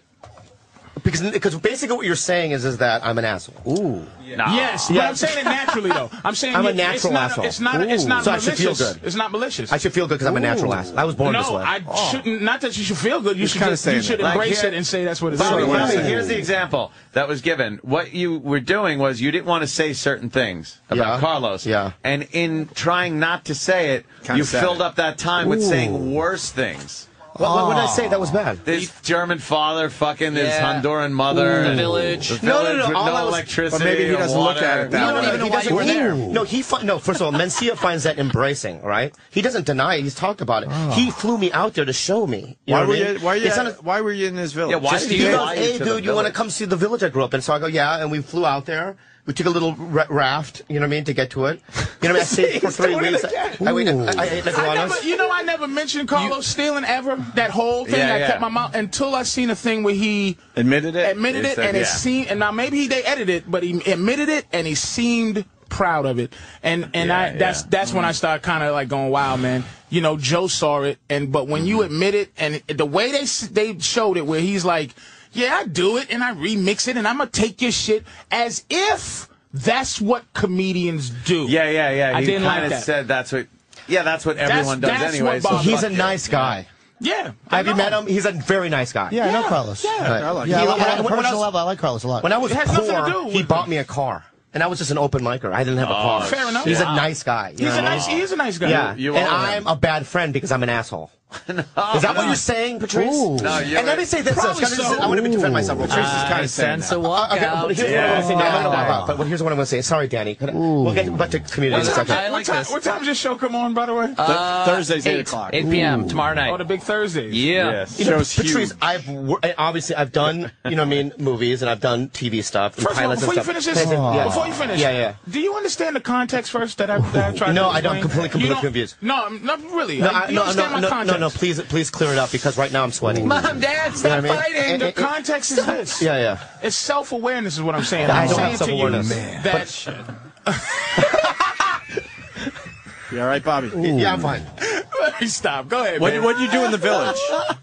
S2: because because basically what you're saying is is that I'm an asshole. Ooh.
S6: Yes, but I'm saying it naturally though. I'm saying
S2: I'm a
S6: it-
S2: natural
S6: it's not,
S2: asshole.
S6: It's not. It's not
S2: So I
S6: malicious.
S2: should feel good.
S6: It's not malicious.
S2: I should feel good because I'm a natural asshole. I was born this
S6: no,
S2: way. Oh.
S6: I shouldn't. Not that you should feel good. You should.
S1: kinda
S6: Just,
S1: saying
S6: you should
S4: that. Like
S6: embrace
S4: here-
S6: it and say that's what it's.
S4: Bobby,
S6: all about.
S4: Bobby, here's the example that was given. What you were doing was you didn't want to say certain things about
S2: Yeah.
S4: Carlos.
S2: Yeah.
S4: And in trying not to say it,
S1: Kinda
S4: you
S1: said
S4: filled
S1: it.
S4: up that time with saying worse things.
S2: What, what, what did I
S1: Ah.
S2: say? That was bad.
S4: This German father fucking this
S8: Yeah.
S4: Honduran mother.
S8: The
S4: and
S8: village.
S4: The
S2: No, no,
S4: village
S2: no,
S4: with
S2: all I
S4: no
S2: was-
S4: electricity.
S1: But maybe he
S4: or
S1: doesn't look
S4: water.
S1: at it that
S8: You don't
S1: way.
S8: even know
S2: He
S8: why
S2: doesn't-
S8: you were there.
S2: Ooh. No, he fi- no. First of all, Mencia finds that embracing, right? He doesn't deny it. He's talked about it. He flew me out there to show me. You
S1: Why were
S2: know what I
S1: you?
S2: mean?
S1: Why
S2: It's
S1: you?
S2: not a-
S1: Why were you in this village?
S4: Yeah, why
S1: Just
S4: did
S2: he
S4: you
S2: goes,
S4: lie
S2: "Hey,
S4: to the
S2: dude, you want to
S4: village?"
S2: come see the village I grew up in?" So I go, "Yeah," and we flew out there. We took a little ra- raft, you know what I mean, to get to it. You know what I mean? I stayed for three
S6: doing it
S2: weeks.
S6: again.
S2: I, I, waited- I, I ate
S6: I
S2: iguanas.
S6: never, you know, I never mentioned Carlos stealing ever. That whole thing.
S4: Yeah,
S6: I
S4: yeah.
S6: kept my mouth until I seen a thing where he
S1: Admitted it.
S6: admitted
S4: They
S6: it,
S4: said,
S6: and it
S4: yeah.
S6: seemed. And now maybe he, they edited it, but he admitted it, and he seemed proud of it. And and
S4: Yeah, Mm-hmm.
S6: I that's
S4: yeah.
S6: that's when I started kind of like going, wow, man. You know, Joe saw it, and but when you
S4: Mm-hmm.
S6: admit it, and it- the way they s- they showed it, where he's like, yeah, I do it, and I remix it, and I'm gonna take your shit as if. That's what comedians do.
S4: Yeah, yeah, yeah.
S6: I
S4: he
S6: didn't like
S4: kinda
S6: that.
S4: said that's what. Yeah, that's what everyone does
S6: that's
S4: anyway.
S6: what
S4: so
S6: Bob-
S2: He's a
S4: fuck it.
S2: nice guy.
S6: Yeah. I
S2: Have you
S6: know.
S2: met him? He's a very nice guy.
S9: Yeah, I know Carlos.
S6: Yeah.
S2: Right.
S1: I like
S9: Yeah,
S1: him.
S2: He-
S9: on
S2: when I-
S9: a
S2: when I
S9: personal
S2: was-
S9: level, I like Carlos a lot.
S2: When I was
S6: It has nothing to do
S2: poor,
S6: with- Oh,
S2: he bought me a car, and I was just an open micer. I didn't have a car.
S6: fair enough.
S2: He's
S6: Yeah.
S2: a nice guy. you know
S6: He's
S2: what
S6: a
S2: I mean?
S6: nice. He is a nice guy.
S2: Yeah,
S4: You
S2: and
S4: are.
S2: I'm a bad friend because I'm an asshole. is that what you're saying, Patrice?
S9: Ooh.
S4: No, you're
S2: and let me say this: this.
S6: Probably
S2: Can I just
S6: so.
S2: say- I'm going to defend myself. Patrice is kind
S8: I
S2: of saying
S8: sense a
S2: that. Okay,
S8: walkout.
S2: but here's what I'm going to say. No, I'm not gonna walk out, But here's what I'm going to say. Sorry, Danny. Could I, we'll get back to community in a
S8: What's up,
S2: second.
S8: I like
S6: what,
S8: this.
S6: Time, what time does this show come on, by the way?
S2: Uh,
S1: Th- Thursday's eight
S8: Eight,
S1: o'clock.
S8: 8 p.m. tomorrow night.
S6: oh, the Big Thursdays.
S8: yeah.
S4: Yes.
S2: You know,
S1: Show's huge.
S2: Patrice, I've wor- I- obviously I've done you know what I mean movies and I've done TV stuff and
S6: First of all,
S2: pilots
S6: before you
S2: and
S6: finish
S2: stuff.
S6: this,
S2: Yeah.
S6: before you finish,
S2: yeah, yeah.
S6: Do you understand the context first that I, that I tried
S2: No,
S6: to
S2: I don't.
S6: explain?
S2: Completely, completely
S6: You don't-
S2: confused.
S6: No, I'm not really.
S2: No,
S6: I-
S2: I,
S6: you
S2: no,
S6: understand
S2: no,
S6: my
S2: no,
S6: context.
S2: no, no, please, please clear it up because right now I'm sweating.
S6: Mom, Dad, stop
S2: what I mean?
S6: fighting.
S2: Eh,
S6: The
S2: eh, eh.
S6: context is this.
S2: Yeah, yeah.
S6: It's self awareness, is what I'm saying.
S2: I
S6: I'm
S2: don't
S6: saying
S2: have
S6: to you
S2: self-awareness. Man.
S6: that
S1: You all right, Bobby?
S2: Yeah, I'm fine.
S6: let me stop. Go ahead.
S1: What
S6: man.
S1: What do you do in the village?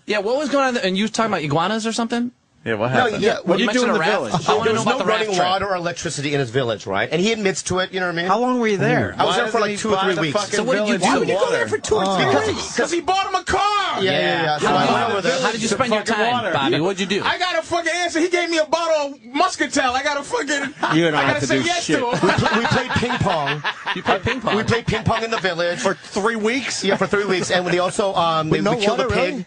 S8: Yeah, what was going on? There? And you were talking about iguanas or something?
S4: Yeah, what
S2: No,
S4: happened?
S2: yeah.
S1: What do
S8: You
S1: you do
S8: mentioned
S1: in
S8: a
S1: the
S8: raft.
S1: village?
S8: I want to
S2: There
S8: know
S2: was
S8: about
S2: no
S8: the raft
S2: running
S8: trip.
S2: water or electricity in his village, right? And he admits to it. You know what I mean?
S1: How long were you there?
S2: I was there for
S4: Why
S2: like
S4: doesn't
S2: two
S4: he
S2: or
S4: buy
S2: three
S4: the
S2: weeks.
S4: fucking
S8: So what did you
S4: village of
S8: do? Why would you go
S4: water?
S8: there for
S2: two or three
S6: Because Oh. he bought him a car.
S2: Yeah, yeah, yeah. So I went over there.
S8: How did you
S4: Some
S8: spend your
S4: fucking
S8: time,
S4: water.
S8: Bobby? What'd you do?
S6: I got a fucking answer. He gave me a bottle of Muscatel. I got a fucking.
S1: You don't
S6: I
S1: have
S6: gotta
S1: to
S6: say
S1: do
S6: yes
S1: shit.
S6: to
S2: We,
S6: him.
S2: pl- we played ping pong.
S8: you played ping pong.
S2: We played ping pong in the village.
S1: For three weeks?
S2: yeah, for three weeks, and they also um, they,
S9: no
S2: we killed a
S9: water,
S2: pig.
S9: really?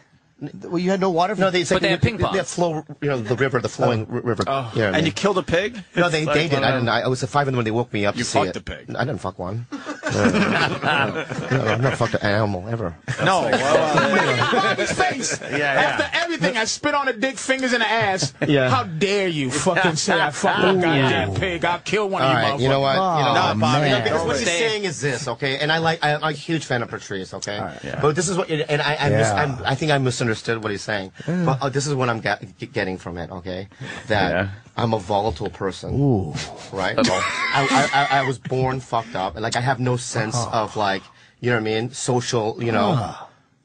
S3: Well, you had no water. For
S2: No, they, it's
S8: But
S2: like
S8: they had ping
S2: They
S8: pong. Oh.
S2: have flow, you know, the river, the flowing r- river. yeah,
S1: And you killed a pig?
S2: no, they, they did. I didn't. I, I was at five in the morning. They woke me up
S1: You
S2: to see
S1: fucked
S2: it.
S1: a pig.
S2: I didn't fuck one. No, no, no, I've never fucked an animal ever.
S1: No. well, uh,
S6: His face. After everything, I spit on a dick, fingers in the ass.
S10: Yeah.
S6: How dare you fucking say I fucked a goddamn pig? I'll kill one
S2: All
S6: of you
S2: right,
S6: motherfuckers.
S2: you know what? you know,
S1: Nah,
S2: what?
S1: Oh, Bobby,
S2: No,
S1: don't
S2: because what
S1: say
S2: he's
S8: it.
S2: saying is this, okay? And I like, I, I'm a huge fan of Patrice, okay? But this is what, and I, I, mis-
S3: Yeah.
S2: I'm, I think I misunderstood what he's saying. But uh, this is what I'm ga- g- getting from it, okay? That
S4: Yeah.
S2: I'm a volatile person, right? I, I, I, I was born fucked up, and like I have no sense
S6: Uh-huh.
S2: of like, you know what I mean? Social, you know.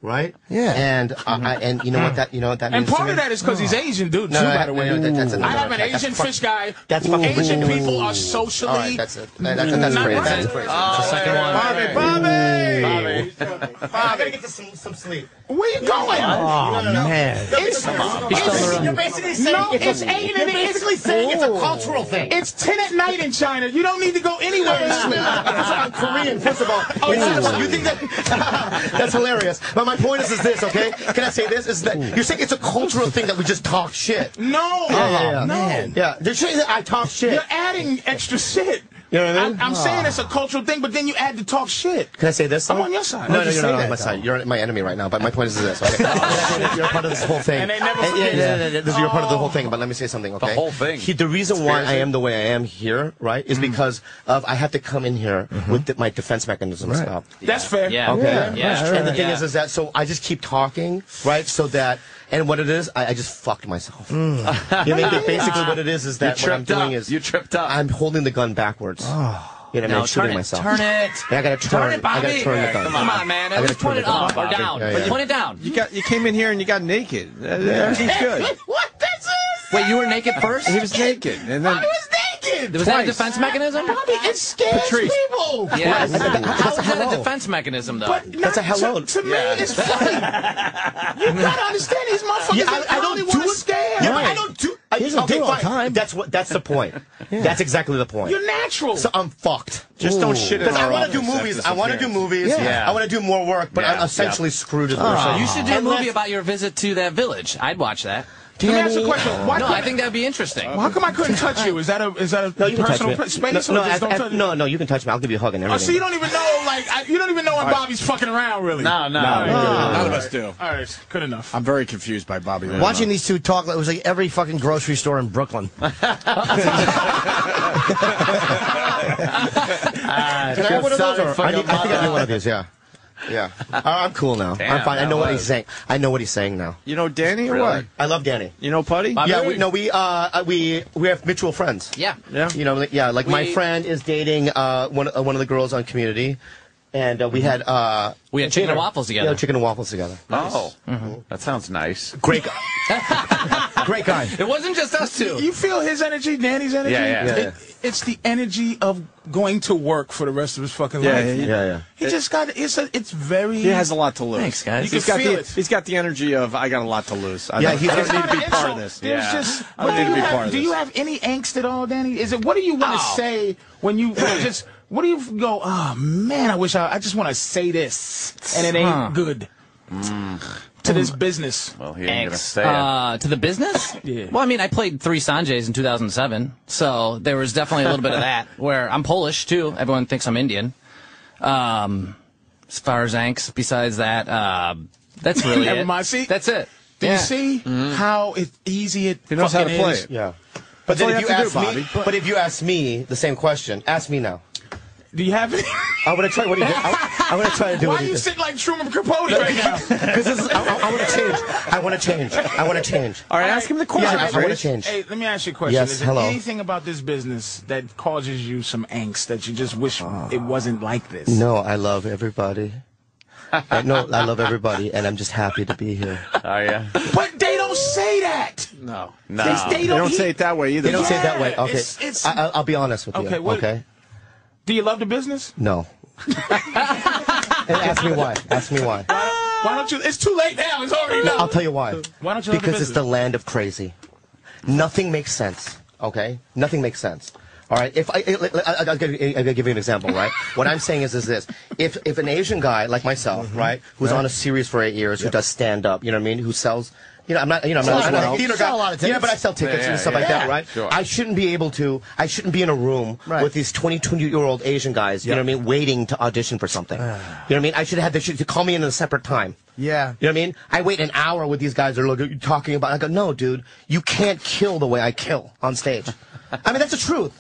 S2: Right.
S3: Yeah.
S2: And uh, I, and you know what that you know what that
S6: And
S2: means to
S6: part of
S2: me?
S6: that is because he's Asian, dude,
S2: No,
S6: too,
S2: no,
S6: by the way.
S2: no, no, that- that's
S6: I
S2: another-
S6: have an
S2: that- that's
S6: Asian
S2: fuck-
S6: fish guy.
S2: that's fucking
S6: Asian
S2: cool.
S6: people are
S2: All right,
S6: socially.
S2: that's it. That, that, that's
S6: Mm-hmm. Not
S2: crazy.
S6: right. Uh,
S2: That's crazy.
S8: Oh,
S2: It's a second
S8: wait,
S2: one.
S8: wait, wait.
S2: Bobby, Bobby, I gotta get to some, some sleep.
S6: Where you going?
S3: Oh man.
S2: It's, it's, you're basically saying
S6: No,
S2: it's,
S6: it's
S2: a,
S6: eight
S2: you're
S6: and it's-
S2: basically saying it's a cultural thing.
S6: It's 10 at night in China. You don't need to go anywhere Oh, and sleep.
S2: I'm Korean, first of all. you think that that's hilarious? But my point is, is this okay? Can I say this? Is that you're saying it's a cultural thing that we just talk shit?
S6: No.
S2: yeah.
S6: No.
S2: Yeah, they're saying that I talk shit.
S6: You're adding extra shit.
S2: You know what I mean?
S6: am I'm saying it's a cultural thing, but then you add the talk shit.
S2: Can I say this?
S6: I'm on your side.
S2: No,
S6: Why'd
S2: no,
S6: you
S2: you're
S6: say
S2: not on
S6: that,
S2: my side. You're my enemy right now. But my point is this. Okay, you're part of this whole thing.
S6: And they never
S2: yeah,
S6: forget
S2: yeah, yeah, yeah, This, you're part of the whole thing. But let me say something. Okay,
S4: whole thing.
S2: He, the reason why I am the way I am here, right, is because of I have to come in here with the, my defense mechanisms up.
S6: That's fair.
S8: Yeah.
S2: Okay.
S8: Yeah. yeah.
S2: And the thing
S8: Yeah.
S2: is, is that so I just keep talking, right? So that and what it is, I, I just fucked myself. You know, that basically what it is is that what I'm
S4: tripped
S2: doing
S4: up.
S2: is
S4: You tripped up.
S2: I'm holding the gun backwards. You know, what I mean?
S8: No,
S2: I'm
S8: turn
S2: shooting
S8: it.
S2: myself.
S8: Turn it.
S2: And I gotta turn.
S8: Turn it,
S2: I
S8: Bobby.
S2: gotta turn the gun.
S8: Come on, man. At
S2: gotta
S8: least
S2: turn
S8: point
S2: the
S8: it
S2: gun
S8: up or
S2: Bobby.
S8: down.
S2: Yeah, yeah.
S8: Point it down.
S1: you, got, you came in here and you got naked. Uh, Everything's good.
S6: What? That's it.
S8: Wait, you were naked first?
S1: He was naked. And
S6: I
S1: then
S6: was naked.
S8: Was that a defense mechanism?
S6: Bobby, it scares
S1: Patrice.
S6: people.
S8: Yes. How is that a defense mechanism, though?
S6: But
S2: That's
S6: not
S2: a hello.
S6: To, to me, it's funny. you gotta understand these motherfuckers.
S2: Yeah,
S6: I, only want to scare.
S2: Yeah, but I don't do. I,
S3: He doesn't
S2: okay,
S3: do it all the
S2: fine.
S3: time.
S2: That's what. That's the point. That's exactly the point.
S6: You're natural.
S2: So I'm fucked.
S1: just don't shit in
S2: Because I
S1: our
S2: want to do
S1: office after
S2: movies.
S1: this
S2: I want to do
S1: appearance.
S2: movies.
S4: Yeah.
S2: I want to do more work, but
S4: Yeah.
S2: I'm essentially screwed as a person.
S8: Oh. you should do a
S2: Unless-
S8: movie about your visit to that village. I'd watch that.
S6: Let me ask you a question. Why
S8: No,
S6: couldn't-
S8: I think that'd be interesting.
S6: How come I couldn't touch you? Is that a is that a
S2: No, you can touch
S6: personal
S2: me.
S6: pr- space?
S2: no, no,
S6: or just
S2: I-
S6: don't
S2: I-
S6: touch
S2: no, no, you can touch me. I'll give you a hug and
S6: Oh,
S2: everything.
S6: so you don't even know like I, you don't even know when Bobby's fucking around really.
S4: No, no.
S1: None of us do.
S6: All right, good enough.
S1: Uh, I'm very confused by Bobby. Lee.
S3: Watching these two talk, it was like every fucking grocery store in Brooklyn.
S2: Can I have one of those?
S4: solid
S2: Or, I,
S4: fucking
S2: need, I think I need one of these. Yeah. Yeah. I- I'm cool now. I'm
S4: Damn,
S2: fine. I
S4: that
S2: know what
S4: was-
S2: he's saying. I know what he's saying now.
S1: You know Danny or
S4: Really?
S1: what?
S2: I love Danny.
S1: You know Putty?
S2: Yeah, we, no, we uh, uh, we we have mutual friends.
S8: Yeah.
S1: Yeah.
S2: You know, like, yeah, like my
S8: We-
S2: friend is dating uh, one uh, one of the girls on Community, and uh, we had uh,
S8: We had chicken
S2: dinner.
S8: and waffles
S2: Yeah,
S8: together.
S2: chicken and waffles together.
S4: Oh,
S3: Mm-hmm.
S4: that sounds nice.
S2: Great guy. Great guy.
S8: It wasn't just us two.
S6: You feel his energy, Danny's energy.
S4: Yeah, yeah.
S6: It, it's the energy of going to work for the rest of his fucking
S1: Yeah,
S6: life.
S1: yeah,
S2: Yeah, yeah.
S6: He just got it's a, it's very.
S1: He has a lot to lose.
S8: Thanks, guys.
S6: You
S1: He's
S6: can
S1: got
S6: feel
S1: the
S6: it.
S1: he's got the energy of I got a lot to lose. I
S2: Yeah,
S1: don't,
S2: he's-
S1: I don't need to be
S6: It's
S1: part
S6: not
S1: of this.
S6: There's
S4: Yeah.
S6: just
S1: I don't
S6: what
S1: need to
S6: do
S1: be
S6: you
S1: part
S6: have-
S1: of
S6: Do
S1: this.
S6: you have any angst at all, Danny? Is it what do you want to
S8: Oh.
S6: say when you just what do you go? Oh man, I wish I I just want to say this and it ain't good
S1: Mm.
S6: to this business.
S4: Well, he ain't gonna
S8: Thanks.
S4: say it.
S8: Uh, to the business?
S6: Yeah.
S8: Well, I mean, I played three Sanjays in 2007, so there was definitely a little bit of that. Where I'm Polish too. Everyone thinks I'm Indian. Um, as far as angst, besides that, uh, that's really
S6: Never
S8: it.
S6: mind. See?
S8: That's it.
S6: Do
S8: Yeah.
S6: you see how it, easy it
S1: Mm-hmm. He knows how
S6: fucking
S1: to play
S6: is?
S1: it.
S2: Yeah. But
S1: That's all
S2: then if
S1: you
S2: you
S1: have
S2: ask
S1: to do,
S2: me, but, if you ask me the same question, ask me now.
S6: Do you have any?
S2: I want to try. What do you? I, I want to try to do.
S6: Why
S2: what
S6: are
S2: he
S6: you
S2: did.
S6: sitting like Truman Capote right now?
S2: Because this is, I, want to change. I want to change. I want to change.
S1: All right, ask him the question.
S2: Yeah, I- I wanna
S1: Patrice.
S2: change.
S6: Hey, let me ask you a question.
S2: Yes,
S6: Is there
S2: hello.
S6: anything about this business that causes you some angst that you just wish it wasn't like this?
S2: No, I love everybody. I, no, I love everybody, and I'm just happy to be here.
S4: Are you?
S6: But they don't say that.
S1: no.
S4: Oh, No.
S6: They, they
S1: They
S6: don't,
S1: don't
S6: he-
S1: say it that way either.
S2: They don't say it that way.
S6: Yeah,
S2: Okay,
S6: it's- it's-
S2: I, I'll- I'll be honest with
S6: Okay,
S2: you.
S6: what-
S2: Okay,
S6: Do you love the business?
S2: no. and ask me why. Ask me why.
S6: Why don't you? It's too late now. It's already
S2: I'll
S6: done.
S2: tell you why.
S6: Why don't you love the
S2: Because it's
S6: business?
S2: the land of crazy. Nothing makes sense. Okay, nothing makes sense. All right. If I, I, will give you, I'll give you an example, right? what I'm saying is, is this: if if an Asian guy like myself,
S3: Mm-hmm.
S2: right, who's on a series for eight years, who does stand up, you know what I mean, who sells. You know, I'm not. You know, I'm not.
S3: Sells
S2: I'm not a
S3: well.
S2: theater
S3: Sell
S2: guy.
S3: a lot of
S2: Yeah,
S3: tickets.
S2: but I sell tickets
S4: Yeah,
S2: and stuff
S4: yeah,
S2: like
S3: yeah.
S2: that, right?
S4: Sure.
S2: I shouldn't be able to. I shouldn't be in a room
S3: Right.
S2: with these 22 year old Asian guys. You know what I mean? Waiting to audition for
S3: Ah.
S2: something. you know what I mean? I should have. They should call me in at a separate time.
S3: Yeah.
S2: You know what I mean? I wait an hour with these guys. They're like, talking about. I go, no, dude, you can't kill the way I kill on stage. I mean, that's the truth.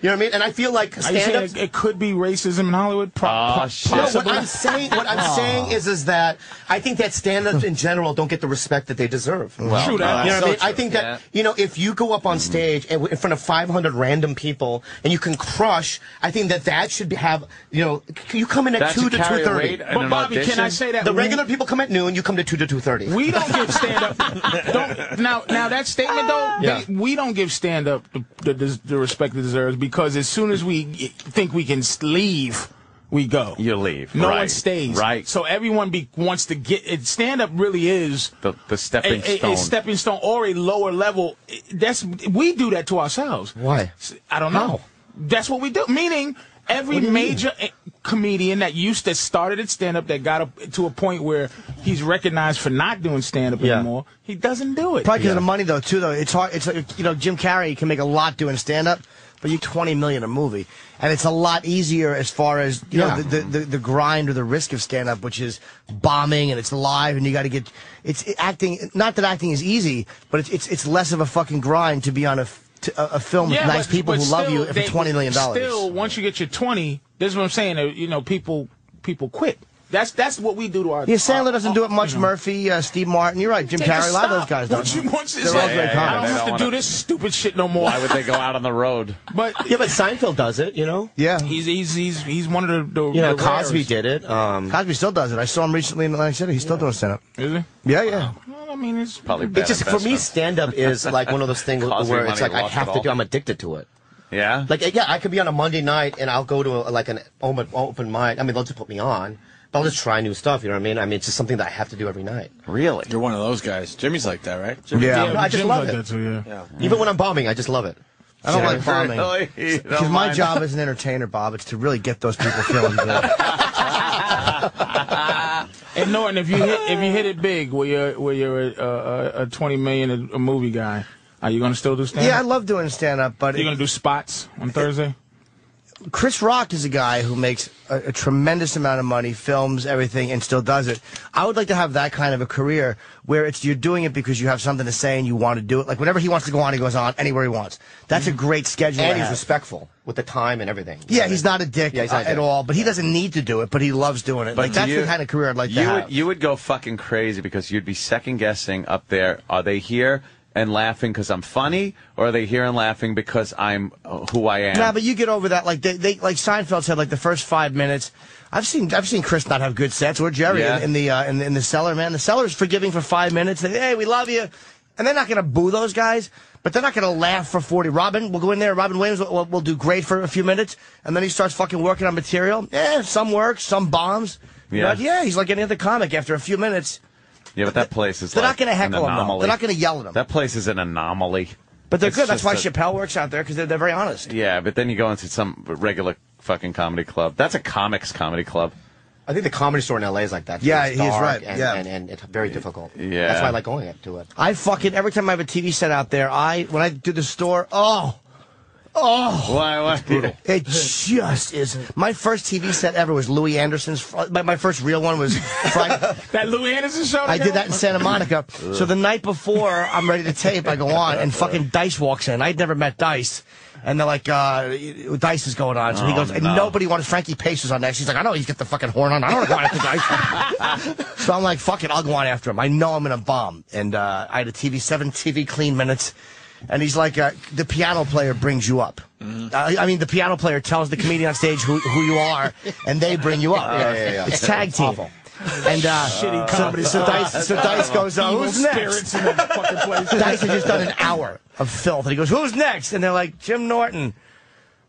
S2: You know what I mean? And I feel like
S6: Are you
S2: stand
S6: saying
S2: up.
S6: it, it could be racism in Hollywood? Pro-
S4: Oh,
S6: po-
S4: shit.
S2: No,
S6: possible.
S2: what I'm saying, what I'm saying is, is that I think that stand-ups in general don't get the respect that they deserve.
S6: True that.
S2: You know what I mean?
S1: So
S2: I think that
S8: Yeah.
S2: you know if you go up on stage and w- in front of 500 random people and you can crush, I think that that should be, have you know c- you come in at
S4: That
S2: two
S4: should
S2: to
S4: carry
S2: two
S4: a
S2: thirty.
S4: weight in
S6: But
S4: an
S6: Bobby, can I
S4: audition?
S6: say that
S2: The
S6: we-
S2: regular people come at noon. You come to two to two thirty.
S6: We don't give stand up. don't, now, now that statement
S4: Ah.
S6: though,
S2: Yeah.
S6: they- we don't give stand up the, the, the respect it deserves because as soon as we think we can leave, we go.
S4: You leave.
S6: No one
S4: Right.
S6: stays.
S4: Right.
S6: So everyone be, wants to get it. Stand up really is
S4: The- the stepping
S6: a, a,
S4: stone.
S6: a stepping stone or a lower level. That's we do that to ourselves.
S2: Why?
S6: I don't know. That's what we do. Meaning, every major eh, comedian that used to started at stand up that got up to a point where he's recognized for not doing stand up
S2: Yeah.
S6: anymore, he doesn't do it.
S3: Probably because of the money though too though. It's hard. It's like you know Jim Carrey can make a lot doing stand up, but you twenty million a movie, and it's a lot easier as far as you
S2: Yeah.
S3: know the, the, the, the grind or the risk of stand up, which is bombing and it's live and you got to get it's it- acting. Not that acting is easy, but it's it's, it's less of a fucking grind to be on a f- to, a, a film with nice
S6: but-
S3: people
S6: but
S3: who love
S6: still,
S3: you for
S6: they-
S3: twenty million
S6: Still,
S3: dollars.
S6: once you get your twenty, this is what I'm saying. uh, You know, people people quit. That's that's what we do to our.
S3: Yeah, Sandler
S6: our-
S3: doesn't do it much.
S6: you know.
S3: Murphy, uh, Steve Martin. You're right. Jim
S6: Take a
S3: Carrey. A lot of those
S6: stop.
S3: guys
S6: Once
S3: don't.
S6: you- once it's
S3: They're all
S6: like,
S3: great
S6: I don't
S3: comics.
S6: have
S4: They
S6: to
S4: don't
S6: do
S4: wanna-
S6: this stupid shit no more.
S4: Why would they go out on the road?
S6: But
S2: Yeah, but Seinfeld does it. You know.
S3: Yeah.
S6: he's he's he's he's one of the, the
S2: You know,
S6: the
S2: Cosby
S6: rares.
S2: did it. Um,
S3: Cosby still does it. I saw him recently in Atlantic City. He's still doing stand up.
S6: Is he?
S3: Yeah, yeah.
S6: Well, I mean, it's
S4: Probably bad
S2: it just for me,
S4: investment.
S2: stand up is like one of those things
S4: Cosby
S2: where it's like
S4: money
S2: I
S4: lost
S2: have
S4: it
S2: to
S4: all.
S2: do. I'm addicted to it.
S4: Yeah.
S2: Like yeah, I could be on a Monday night and I'll go to a, like an open, open mic. I mean, they'll just put me on, but I'll just try new stuff. You know what I mean? I mean, it's just something that I have to do every night.
S4: really?
S1: You're one of those guys. Jimmy's like that, right? Jimmy?
S3: Yeah.
S2: No, I just
S6: Jim's
S2: love
S6: like
S2: it.
S6: that too, yeah.
S2: Even when I'm bombing, I just love it.
S3: I don't like bombing.
S2: Oh,
S4: Really? Oh, You don't
S3: Because my
S4: mind?
S3: job as an entertainer, Bob, it's to really get those people feeling good.
S6: And Norton, if you hit if you hit it big, where you're where you're a, a, a twenty million a, a movie guy, are you gonna still do stand?
S3: yeah, I love doing stand up, but
S6: You're gonna do spots on Thursday.
S3: Chris Rock is a guy who makes a, a tremendous amount of money, films everything, and still does it. I would like to have that kind of a career where it's you're doing it because you have something to say and you want to do it. Like whenever he wants to go on, he goes on anywhere he wants. That's a great schedule. to
S2: Mm-hmm. And he's
S3: have.
S2: respectful with the time and everything.
S3: Yeah, he's not a dick
S2: Yeah, he's not a
S3: at
S2: dick.
S3: all, but he doesn't need to do it. But he loves doing it. like
S4: do
S3: that's
S4: you-
S3: the kind of career I'd like to
S4: you would,
S3: have.
S4: You would go fucking crazy because you'd be second guessing up there. Are they here and laughing because I'm funny, or are they here and laughing because I'm uh, who I am?
S3: Nah, but you get over that. Like they, they, like Seinfeld said, like the first five minutes. I've seen, I've seen Chris not have good sets or Jerry
S4: Yeah.
S3: in, in the uh, in, the- in the cellar. Man, the cellar's forgiving for five minutes. They, hey, we love you, and they're not gonna boo those guys, but they're not gonna laugh for forty. Robin, we'll go in there. Robin Williams will, will, will do great for a few minutes, and then he starts fucking working on material. Eh, some works, some bombs. You know,
S4: Yeah.
S3: like, yeah, he's like any other comic. After a few minutes,
S4: yeah, but that place is
S3: they're
S4: like
S3: not gonna heckle
S4: an
S3: him, though.
S4: anomaly.
S3: They're not gonna yell at him.
S4: That place is an anomaly.
S3: but they're
S4: It's
S3: good. That's
S4: just
S3: why
S4: a-
S3: Chappelle works out there because they're, they're very honest.
S4: Yeah, but then you go into some regular fucking comedy club. That's a comics comedy club.
S2: I think the comedy store in LA is like that. too.
S3: Yeah,
S2: It's
S3: he's
S2: dark
S3: right,
S2: And,
S3: yeah.
S2: and, and it's very difficult.
S4: Yeah.
S2: That's why I like going to it.
S3: I fucking every time I have a TV set out there, I when I do the store, oh,
S4: Why? Why?
S3: it just is. My first TV set ever was Louis Anderson's. fr- My, my first real one was. Fri-
S6: That Louis Anderson show.
S3: I did that in Santa Monica. So the night before I'm ready to tape, I go on and fucking Dice walks in. I'd never met Dice. And they're like, uh, Dice is going on. So he
S4: Oh,
S3: goes, and
S4: no.
S3: nobody wanted Frankie Pace was on next. He's like, I know he's got the fucking horn on. I don't want to go on after Dice. so I'm like, fuck it, I'll go on after him. I know I'm going to bomb. And uh, I had a TV, seven TV clean minutes. And he's like, uh, the piano player brings you up. Uh, I, I mean, the piano player tells the comedian on stage who, who you are, and they bring you up.
S2: Yeah, yeah, yeah.
S3: It's tag team. And uh, shitty comedy. So, so Dice, so Dice goes, uh, "Who's next?"
S6: in that fucking place.
S3: Dice had just done an hour of filth, and he goes, "Who's next?" And they're like, "Jim Norton."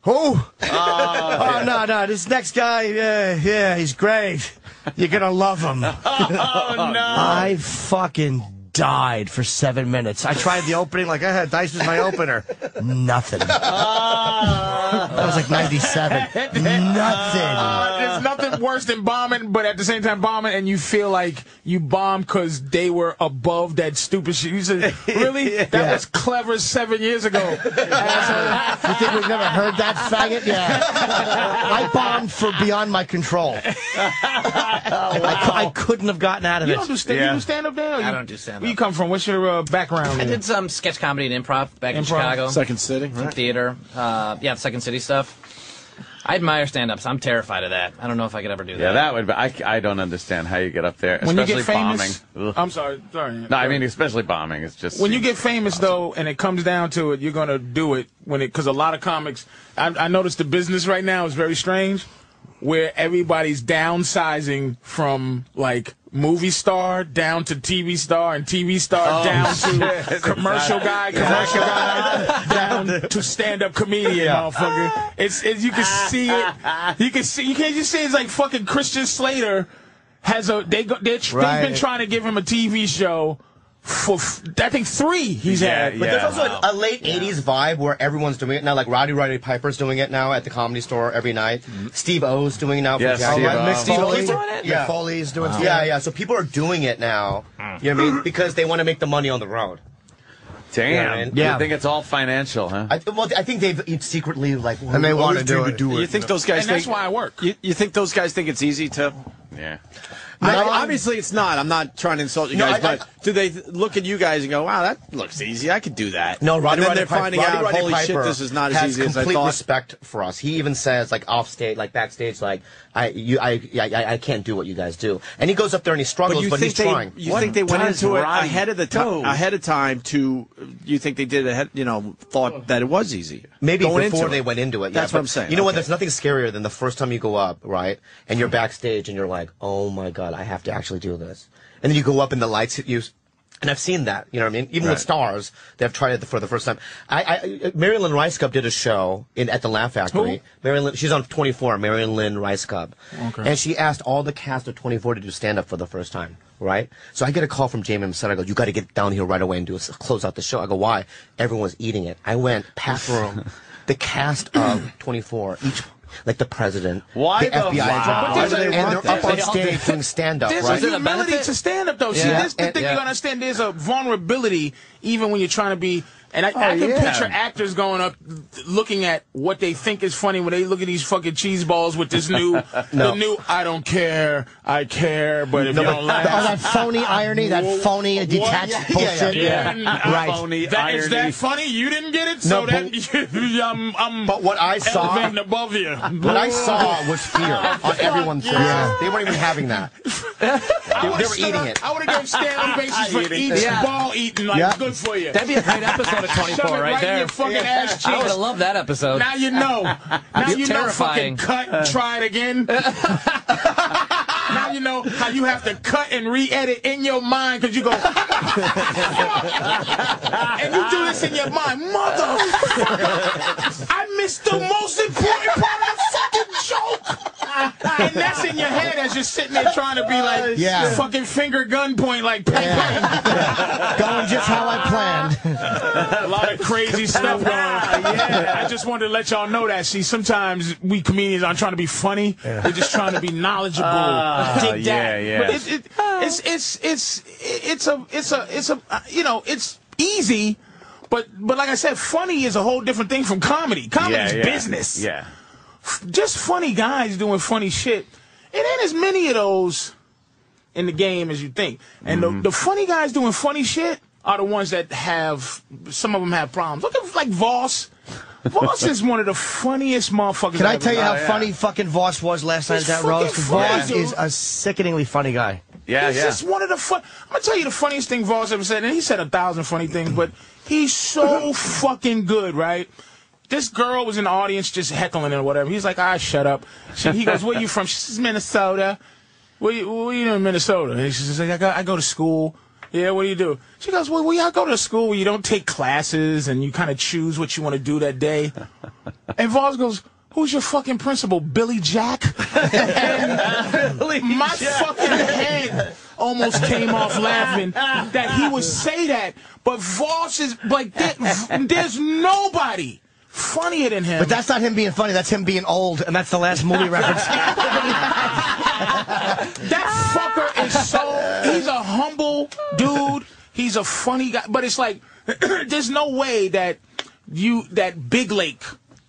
S3: Who? Oh, no, no, this next guy, yeah, yeah, he's great. You're gonna love him.
S6: Oh,
S3: I fucking died for seven minutes. I tried the opening like I had Dice was my opener. Nothing. That was like 97. Nothing.
S6: Uh, there's nothing worse than bombing, but at the same time bombing, and you feel like you bombed because they were above that stupid shit. You said, really? That was clever seven years ago. "Ah,
S3: You think we've never heard that faggot? Yeah. I bombed for beyond my control. I, cou- I couldn't have gotten out of
S6: you
S3: it.
S6: don't do stand.
S4: Yeah.
S6: You do stand up there. or
S8: I
S6: you-
S8: don't do stand-up.
S6: Where you come from? What's your uh, background?
S8: I did some sketch comedy and improv back in
S6: Improv.
S8: Chicago.
S1: Second City, right?
S8: theater. Uh, yeah, the Second City stuff. I admire stand-ups. I'm terrified of that. I don't know if I could ever do that.
S4: Yeah, that would. Be, I, I don't understand how you get up there,
S6: when you
S4: especially
S6: get famous,
S4: bombing. Ugh.
S6: I'm sorry, sorry.
S4: no, I mean especially bombing. It's just
S6: when you get famous though, and it comes down to it, you're gonna do it when it because a lot of comics. I, I noticed the business right now is very strange, where everybody's downsizing from like movie star down to TV star and TV star down to commercial guy, commercial guy down to stand up comedian, motherfucker. It's it, you can see it. You can see you can't just see it's like fucking Christian Slater. Has a they go, they're,
S3: Right.
S6: they've been trying to give him a TV show for f- I think three he's
S4: yeah,
S6: had.
S4: yeah.
S2: But there's also a, a late 80s vibe where everyone's doing it now. Like Roddy Roddy Piper's doing it now at the comedy store every night.
S1: Mm-hmm.
S2: Steve O's doing it now. for
S4: Yes,
S2: Jack-
S4: Steve Oh, O.
S3: Mick Foley.
S2: Yeah.
S3: Mick Foley's doing
S1: Uh-huh.
S3: stand-up.
S2: Yeah, yeah. So people are doing it now.
S1: Mm.
S2: You know what I mean? Because they want to make the money on the road. Yeah,
S4: damn.
S2: man.
S3: Yeah.
S4: You think it's all financial, huh?
S2: I, well, I think they've it's secretly like
S3: And they
S2: we
S3: wanna
S2: always
S3: do
S2: dreamed
S3: it.
S1: You think those guys?
S6: and that's
S1: think,
S6: why I work.
S1: You, you think those guys think it's easy to?
S4: yeah.
S1: I, obviously, it's not. I'm not trying to insult you
S2: No,
S1: guys,
S2: I- I-
S1: but do they th- look at you guys and go, "Wow, that looks easy. I could do that"?
S2: No, Roddy
S1: and then
S2: Roddy
S1: they're
S2: Piper,
S1: finding
S2: Roddy
S1: out,
S2: Roddy
S1: "Holy shit,
S2: Piper
S1: this is not
S2: has
S1: as easy as I
S2: complete
S1: thought."
S2: respect for us. He even says, like off stage, like backstage, like I, you, I, I, I- I can't do what you guys do. And he goes up there and he struggles,
S1: But
S2: but,
S1: you think
S2: he's trying.
S1: they you think they went
S4: does
S1: into it
S4: Roddy
S1: ahead of the
S4: do?
S1: time ahead of time to you think they did ahead you know thought that it was easy
S2: Maybe
S1: Going
S2: before
S1: into
S2: they went into it. yeah,
S1: That's what
S2: but
S1: I'm saying.
S2: You know what?
S1: Okay. Hmm.
S2: There's nothing scarier than the first time you go up, right? And you're backstage and you're like, oh my God, I have to actually do this. And then you go up and the lights hit you. And I've seen that, you know what I mean? Even with
S4: Right.
S2: stars, they've tried it for the first time. I, I Marilyn Rice Cup did a show in at the Laugh Factory. Marilyn, she's on 24, Marilyn Lynn Rice Cup. Okay. And she asked all the cast of 24 to do stand up for the first time, right? So I get a call from Jamie Musset. I go, you got to get down here right away and do a, close out the show. I go, why? Everyone's eating it. I went packed room. the cast of 24, each. Like the president,
S4: Why
S2: the
S4: the-
S2: FBI,
S4: wow.
S2: agent,
S4: Why
S6: do they
S2: and
S6: want
S2: they're up
S6: that?
S2: on
S6: They all
S2: stage doing stand up,
S6: There's
S2: right?
S6: a
S8: it a
S6: humility
S8: benefit?
S6: to stand up though. See,
S2: Yeah.
S6: that's the
S2: And-
S6: thing
S2: yeah.
S6: you understand. There's a vulnerability even when you're trying to be. And I, I can
S4: yeah.
S6: picture actors going up, looking at what they think is funny when they look at these fucking cheese balls with this new, the new. I don't care, I care, but if you don't
S3: Oh,
S6: laugh,
S3: that phony irony, that phony detached bullshit.
S6: yeah,
S3: Right.
S4: Phony
S6: that, is
S4: irony.
S6: that funny? You didn't get it, so
S2: but-
S6: that I'm, I'm
S2: But what I saw-
S6: elevating above you.
S2: What I saw was fear on everyone's faces. They weren't even having that.
S6: I would've
S2: they were
S6: stood
S2: eating
S6: up-
S2: it.
S6: I would have given standing ovations for each
S8: Yeah.
S6: ball eaten. Like,
S3: Yeah.
S6: good for you.
S8: That'd be a great episode of
S6: Shove
S8: 24
S6: it
S8: right,
S6: right in
S8: there.
S6: your fucking ass
S8: I would
S6: cheeks.
S8: have loved that episode.
S6: Now you know. Now you
S8: terrifying. Uh.
S6: know fucking cut, try it again. now you know how you have to cut and re-edit in your mind because you go, and you do this in your mind, motherfucker. I missed the most important part of the fucking joke. And that's in your head as you're sitting there trying to be like,
S3: Yeah.
S6: fucking finger gun point, like, bang, bang.
S3: Going just how I planned.
S6: a lot of crazy stuff going on. Yeah, I just wanted to let y'all know that. See, sometimes we comedians aren't trying to be funny. We're just trying to be knowledgeable. Dig
S4: Ah, yeah,
S6: that.
S4: yeah.
S6: But it, it, it's it's it's it's a it's a it's a uh, you know it's easy. But but like I said, funny is a whole different thing from comedy. Comedy
S4: yeah,
S6: is
S4: yeah.
S6: business.
S4: Yeah.
S6: Just funny guys doing funny shit. It ain't as many of those in the game as you think. And the, the funny guys doing funny shit are the ones that have some of them have problems. Look at like Voss. Voss is one of the funniest motherfuckers.
S3: Can I
S6: I've
S3: tell you
S6: ever-
S3: how
S4: yeah.
S3: funny fucking Voss was last night
S6: He's
S3: at that roast?
S6: fucking
S3: Voss
S6: funny,
S3: is
S6: dude.
S3: a sickeningly funny guy.
S4: Yeah,
S6: He's
S4: yeah.
S6: just one of the fun. I'm gonna tell you the funniest thing Voss ever said, and he said a thousand funny things, but he's so fucking good, right? This girl was in the audience just heckling and whatever. He's like, "I shut up." She, he goes, "Where you from?" She says, "Minnesota." Where you, where you in Minnesota? And she says, "I go, I go to school." Yeah, what do you do? She goes, "Well, we I go to school where you don't take classes and you kind of choose what you want to do that day." And Voss goes, "Who's your fucking principal, Billy Jack?" And my fucking head almost came off laughing that he would say that. But Voss is like, there- there's nobody funnier than him.
S3: But that's not him being funny. That's him being old, and that's the last movie reference.
S6: That fucker is so. He's a humble dude. He's a funny guy. But it's like, there's no way that you that Big Lake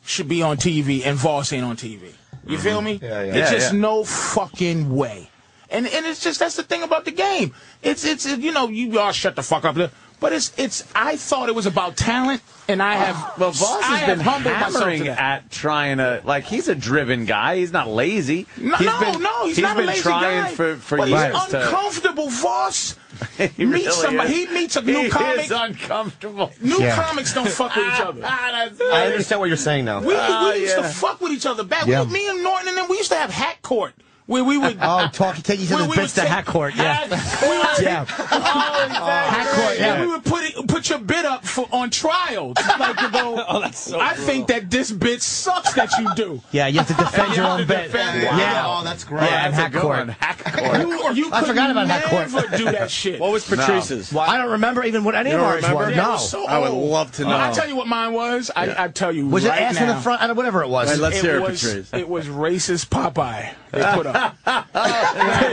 S6: should be on TV and Voss ain't on TV. You feel me? Yeah, yeah. It's
S4: Mm-hmm. Yeah,
S6: just
S4: yeah.
S6: no fucking way. And and it's just that's the thing about the game. It's it's it- you know you all shut the fuck up. But it's it's I thought it was about talent, and I have
S4: Well, Voss
S6: I
S4: has
S6: have
S4: been
S6: humbled myself to
S4: hammering
S6: that.
S4: at trying to like he's a driven guy. He's not lazy.
S6: No,
S4: He's
S6: no,
S4: been-
S6: no, he's, not
S4: been
S6: a lazy
S4: trying
S6: guy,
S4: for for
S6: but
S4: years
S6: he's
S4: to.
S6: uncomfortable. Voss
S4: He
S6: meets
S4: really
S6: somebody.
S4: is.
S6: He meets a new
S4: He
S6: comic.
S4: is uncomfortable.
S6: New comics don't fuck with
S1: Ah,
S6: each other.
S2: I understand what you're saying now.
S6: We,
S4: Ah,
S6: we used to
S4: yeah.
S6: fuck with each other back.
S3: Yeah.
S6: We, me and Norton and then we used to have hat court where we would.
S3: oh, talking, taking each
S6: where
S3: other's
S6: we
S3: bits
S6: would
S3: to
S6: take-
S3: hat court. Yeah.
S6: Hat- we would-
S3: Yeah.
S6: Oh, exactly.
S3: court,
S6: Yeah,
S3: yeah.
S6: we would put it, put your bid up for on trial. Just Like, you go,
S1: Oh,
S6: I think that this bit sucks that you do.
S3: Yeah, you have to defend your own bit.
S6: defend-
S3: Yeah.
S2: Oh, that's great.
S3: Yeah,
S4: That's a
S3: hat
S4: good
S3: court.
S4: one. Hack court.
S6: You, you
S3: I
S6: could
S3: forgot about hat court.
S6: never do that shit.
S1: What was Patrice's?
S3: I don't remember even what any of
S1: don't
S3: ours
S1: remember?
S3: were.
S1: Yeah, it
S3: No.
S6: was so
S1: I would
S6: old.
S1: love to know.
S6: I tell you what mine was. I, I tell you
S3: Was it
S6: right
S3: ass
S6: now.
S3: in the front? I don't, whatever it was.
S1: Wait, let's
S6: it
S1: hear it,
S6: was,
S1: Patrice.
S6: It was racist Popeye. They put up. And I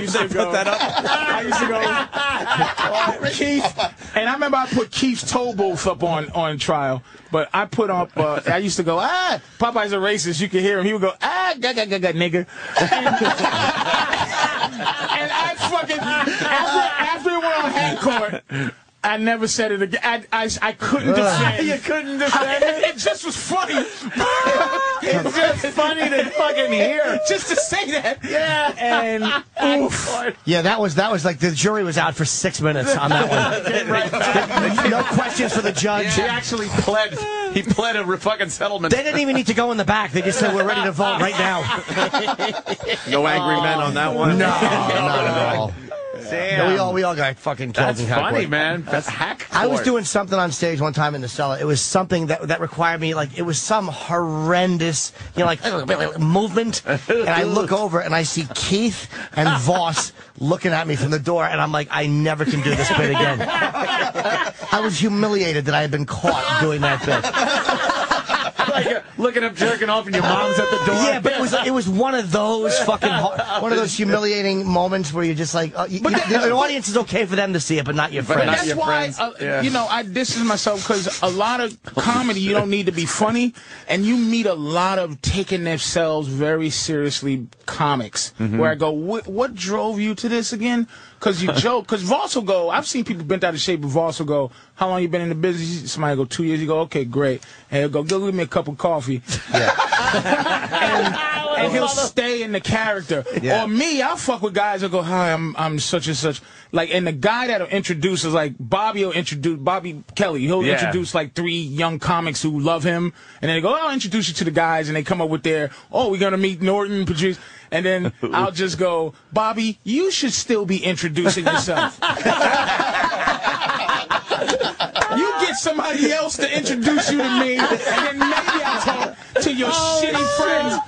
S6: used to go, I used to go, Keith, and I remember I put Keith's toll booth up on, on trial, but I put up, uh, I used to go, ah, Popeye's a racist. You could hear him. He would go, ah, ga, ga, ga, ga, nigga. And I fucking, after, after it went on hand court, I never said it again. I, I, I couldn't defend. You couldn't defend it? It just was funny. it's just funny to fucking hear. Just to say that. Yeah. And oof.
S3: Yeah, that was that was like the jury was out for six minutes on that one. no questions for the judge.
S4: He actually pled. He pled a re- fucking settlement.
S3: They didn't even need to go in the back. They just said we're ready to vote right now.
S1: No angry men on that one.
S3: No,
S4: Damn.
S3: no. We all we all got fucking killed
S4: That's
S3: in Hackworth.
S4: funny, man. That's hack. Court.
S3: I was doing something on stage one time in the cellar. It was something that that required me like it was some horrendous, you know, like movement. And I look over and I see Keith and Voss looking at me from the door, and I'm like, I never can do this bit again. I was humiliated that I had been caught doing that bit.
S4: like, looking up, jerking off, and your mom's at the door.
S3: Yeah, but it was it was one of those fucking ho- one of those humiliating moments where you're just like, uh, you, you- the audience is okay for them to see it, but not your friends.
S4: not
S6: That's
S4: your
S6: why,
S4: friends.
S6: uh,
S4: Yeah.
S6: you know, I distance myself because a lot of comedy, you don't need to be funny, and you meet a lot of taking themselves very seriously comics. Where I go, what, what drove you to this again? Because you joke. Because Voss will go. I've seen people bent out of shape, but Voss will go. How long you been in the business? Somebody go two years. You go, okay, great. And he'll go, go give me a cup of coffee. and he'll stay in the character. Or me, I'll fuck with guys and go, hi, I'm I'm such and such. Like, and the guy that'll introduce is like Bobby will introduce Bobby Kelly. He'll
S4: Yeah.
S6: introduce like three young comics who love him, and then they go, "Oh, I'll introduce you to the guys, and they come up with their, oh, we're gonna meet Norton, Patrice. And then I'll just go, Bobby, you should still be introducing yourself. You get somebody else to introduce you to me, and then maybe I'll talk to your shitty friends.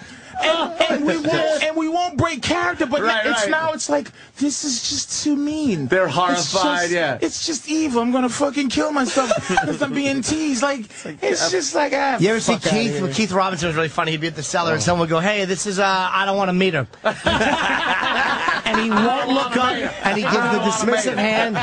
S6: And, and we won't and we won't break character, but
S4: Right,
S6: it's
S4: right.
S6: now it's like this is just too mean.
S4: They're
S6: It's
S4: horrified,
S6: just-
S4: yeah.
S6: it's just evil. I'm gonna fucking kill myself because I'm being teased. Like it's, just like ah,
S3: You ever see
S6: fuck outta
S3: Keith?
S6: here.
S3: When Keith Robinson was really funny. He'd be at the cellar and someone would go, "Hey, this is uh, I don't want to meet him," and he won't look up and he gives the dismissive hand.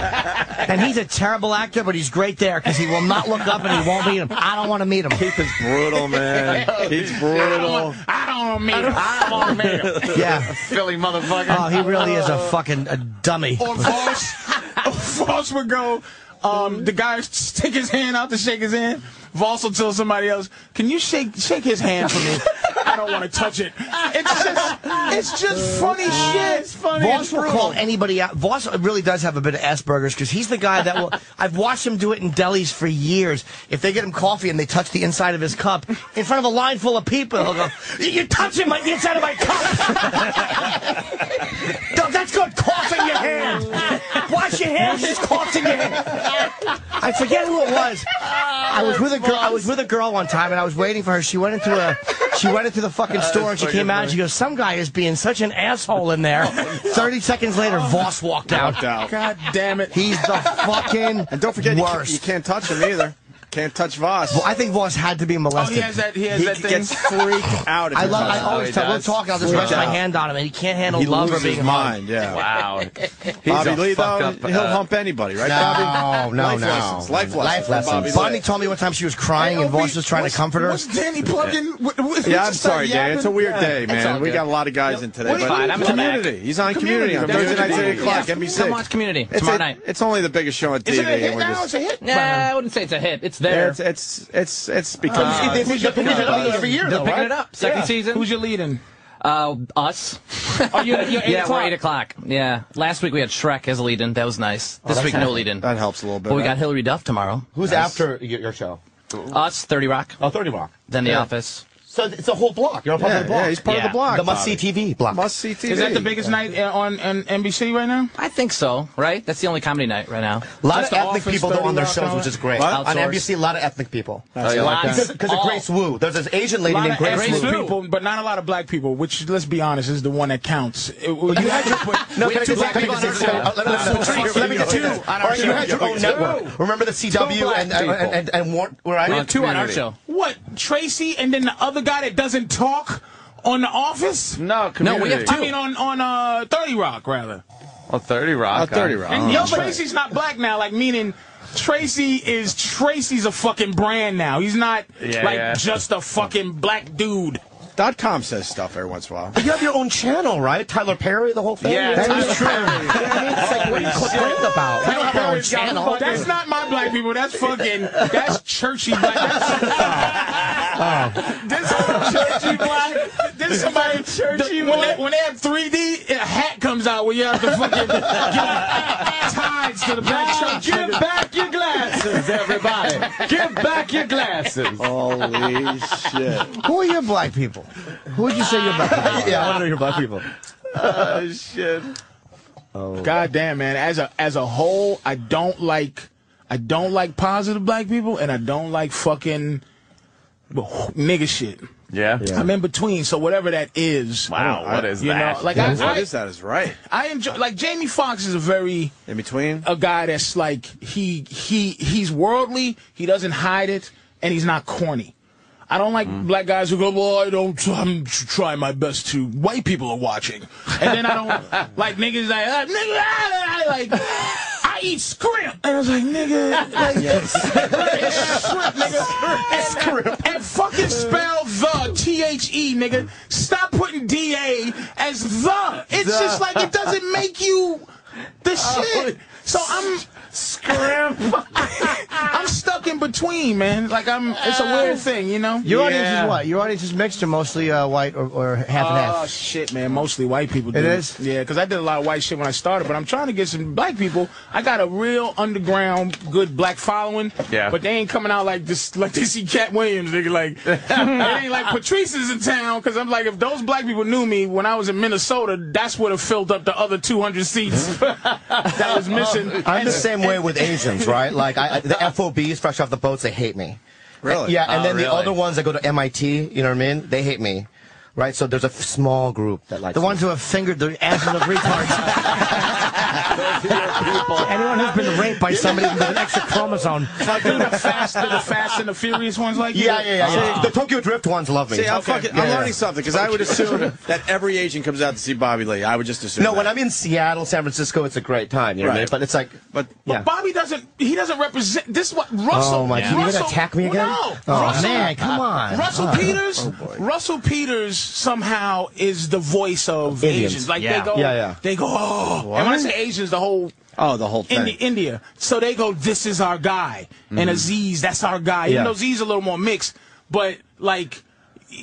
S3: And he's a terrible actor, but he's great there because he will not look up and he won't meet him. I don't want to meet him.
S1: Keith is brutal, man. He's
S6: I don't
S1: brutal.
S6: want- I don't want to meet him.
S4: I'm on mail.
S3: Yeah.
S4: Philly motherfucker.
S3: Oh, he really is a fucking a dummy.
S6: or Voss, or Voss would go.
S8: Mm-hmm.
S6: Um, the guy stick his hand out to shake his hand. Voss will tell somebody else, "Can you shake shake his hand for me? I don't want to touch it." It's just, it's just funny shit. It's funny.
S3: Voss will
S6: brutal.
S3: call anybody out. Voss really does have a bit of Asperger's because he's the guy that will. I've watched him do it in delis for years. If they get him coffee and they touch the inside of his cup in front of a line full of people, he'll go, "You- "You're touching my the inside of my cup." No, That's called coughing your hand. Wash your hands. It's coughing your hand. I forget who it was. I was with a girl. I was with a girl one time, and I was waiting for her. She went into a. She went into the fucking store, and she came out, and she goes, "Some guy is being such an asshole in there." Thirty seconds later, Voss walked out.
S1: Out.
S6: God damn it.
S3: He's the fucking
S1: And don't forget, you can't,
S3: worst.
S1: you can't touch him either. Can't touch Voss.
S3: Well, I think Voss had to be
S6: Oh,
S3: molested.
S6: he has that. He has
S1: he
S6: that thing.
S1: gets freaked out. If
S3: I
S1: he
S3: love. I
S1: touches
S3: always
S1: Voss.
S3: tell. We'll talk. I'll just
S1: Freaked
S3: rest my
S1: out.
S3: hand on him, and he can't handle
S1: He
S3: love or
S1: loses
S3: being
S1: his
S3: hugged.
S1: mind. Yeah.
S4: Wow. He's
S1: Bobby
S4: a
S1: Lee, though,
S4: fucked up,
S1: he'll
S4: uh,
S1: hump anybody, right,
S2: No,
S1: Bobby?
S2: no,
S1: life
S2: no.
S1: Lessons, life lessons.
S2: Life
S1: from
S2: lessons.
S1: Bobby Lee.
S3: Bonnie told me one time she was crying, and Voss was trying to comfort her.
S6: What's Danny plugging? What, what,
S1: Yeah, I'm sorry, Dan. It's a weird day,
S8: all
S1: man. We
S8: good.
S1: got a lot of guys in today.
S8: It's
S1: but
S8: fine, I'm in the back.
S1: community. He's on community, on
S6: Community,
S1: Thursday
S6: that's
S1: nights,
S6: what it
S1: 8
S6: is.
S1: o'clock,
S6: Yeah.
S1: NBC.
S8: Come watch Community
S1: It's
S8: tomorrow
S1: a-
S8: night.
S1: It's only the biggest show on TV.
S6: Is it a hit
S1: and we're
S6: now?
S1: just-
S6: It's a hit.
S8: Nah, I wouldn't say it's a hit. It's there.
S1: It's it's it's it's become.
S2: They- they- they pick it up every year,
S8: They're
S2: though,
S8: picking
S2: right?
S8: it up. Second season.
S6: Who's your leading?
S8: Uh, us. Oh, you're, eight yeah, we're eight o'clock. Yeah. Last week we had Shrek as a lead-in. That was nice. This week no lead-in.
S1: that helps a little bit.
S8: But we
S1: huh?
S8: got Hillary Duff tomorrow.
S2: Who's after your, your show?
S8: Us, Thirty Rock,
S2: Oh, 30 Rock.
S8: then The Office.
S2: So it's a whole block. You're a part
S1: yeah,
S2: of the block.
S1: yeah, he's part of
S8: Yeah.
S1: the block.
S2: the must see
S1: Bobby.
S2: TV block.
S1: Must see TV.
S6: Is that the biggest night uh, on, on NBC right now?
S8: I think so. Right? That's the only comedy night right now.
S2: A lot
S6: Just
S2: of
S6: the
S2: ethnic
S6: Office,
S2: people though
S6: 30
S2: on their
S6: Rock,
S2: shows,
S6: all
S2: which
S6: that.
S2: is great.
S1: What?
S2: On
S8: Outsourced.
S2: NBC, a lot of ethnic people.
S1: yeah, like
S8: Lots.
S2: Because because of
S8: All.
S2: Grace Wu. There's this Asian
S6: A
S2: lady
S6: lot
S2: named
S6: of
S2: Grace
S6: ethnic
S2: Wu.
S6: people, but not a lot of black people. Which, let's be honest, is the one that counts. It- you had to put
S2: No,
S6: way
S2: can I
S6: too
S2: just
S6: black
S2: can I
S6: people
S2: just
S6: on
S2: say
S6: our show.
S2: uh, let- let- let- Let me just say this. All right, you had your own network. Remember the CW
S6: black
S2: and and
S6: people.
S2: and- and Warren, where
S8: We
S2: I
S8: have two on our show.
S6: What Tracy and then the other guy that doesn't talk on The Office?
S4: No,
S8: No,
S4: community.
S8: we have
S6: I mean, on on uh, Thirty Rock rather.
S4: Oh, 30 Rock.
S1: Oh, 30
S4: huh?
S1: Rock.
S6: And yo, Tracy's not black now. Like meaning. Tracy is Tracy's a fucking brand now. He's not
S4: Yeah,
S6: like
S4: yeah.
S6: just a fucking black dude.
S1: Dot com says stuff every once in a while.
S2: You have your own channel, right? Tyler Perry, the whole thing.
S4: Yeah,
S2: that is true. It's like, what are you complaining about? We don't have our own channel.
S6: That's not my black people. That's fucking. That's churchy black. That's This is churchy black. This somebody churchy. when, they, when they have 3D, a hat comes out where you have to fucking give tides to the black church. Give back your glasses, everybody. Give back your glasses.
S1: Holy shit!
S3: Who are your black people? Who would you say you're black? People?
S2: Yeah, I want to know your black people.
S6: God damn, man. As a as a whole, I don't like I don't like positive black people, and I don't like fucking nigga shit.
S4: Yeah.
S6: I'm in between, so whatever that is.
S4: Wow, what is
S6: you
S4: that?
S6: Know, like
S1: What
S6: I,
S1: is
S6: I,
S1: that? Is right
S6: I enjoy like Jamie Foxx is a very
S1: in between.
S6: a guy that's like he he he's worldly, he doesn't hide it, and he's not corny. I don't like black guys who go, well, I don't, I'm trying my best to, white people are watching. And then I don't, like, niggas like, ah, nigga, ah, ah, like, I eat scrimp. And I was like, nigga, like, it's shrimp, nigga. It's scrimp. And fucking spell the, T-H-E, nigga. Stop putting D-A as the. It's just like, it doesn't make you the shit. So I'm, I'm stuck in between, man. Like, I'm, it's a weird thing, you know?
S3: Your audience is what? Your audience is mixed or mostly uh, white or, or half and
S6: Oh
S2: Uh,
S3: half.
S6: shit, man! Mostly white people. Do.
S3: It is?
S6: Yeah, because I did a lot of white shit when I started, but I'm trying to get some black people. I got a real underground good black following.
S4: Yeah.
S6: But they ain't coming out like this, like they see Cat Williams, nigga. Like it ain't like Patrice is in town. Because I'm like, if those black people knew me when I was in Minnesota, that's would have filled up the other 200 seats that was missing.
S2: I'm the same way with Asians, right? Like I, I, the FOBs, fresh off the boats, they hate me.
S1: Really?
S2: yeah, and
S4: Oh,
S2: then the
S4: really?
S2: other ones that go to MIT, you know what I mean? They hate me, right? So there's a f- small group that likes
S3: The
S2: me.
S3: ones who have fingered the asses of retards. Anyone who's been raped by somebody with an extra chromosome.
S6: Like, dude, the fast, the Fast and the Furious ones, like
S2: Yeah, yeah, yeah.
S3: Oh.
S2: yeah. the Tokyo Drift ones love me.
S1: See, I'm,
S2: Okay.
S1: fucking,
S2: Yeah,
S1: I'm
S2: yeah.
S1: learning something because I would assume that every agent comes out to see Bobby Lee. I would just assume.
S2: No,
S1: that.
S2: when I'm in Seattle, San Francisco, it's a great time, you know what I mean?
S1: Right.
S2: But it's like,
S1: But-
S6: But
S2: yeah.
S6: Bobby doesn't. He doesn't represent. This what Russell.
S2: Oh my! God. You gonna
S6: Russell-
S2: attack me again?
S6: No.
S2: Oh
S6: Russell,
S2: man, Oh, come on!
S6: Russell Peters. Russell Peters somehow is the voice of
S2: Indians.
S6: Asians. Like
S3: Yeah.
S6: they go.
S2: Yeah, yeah.
S6: They go. Oh. And when I say Asians, the whole.
S1: oh, the whole thing.
S6: Indi- India. So they go, this is our guy. And Aziz, that's our guy.
S2: Mm-hmm.
S6: Even
S2: Yeah.
S6: though Aziz a little more mixed, but like,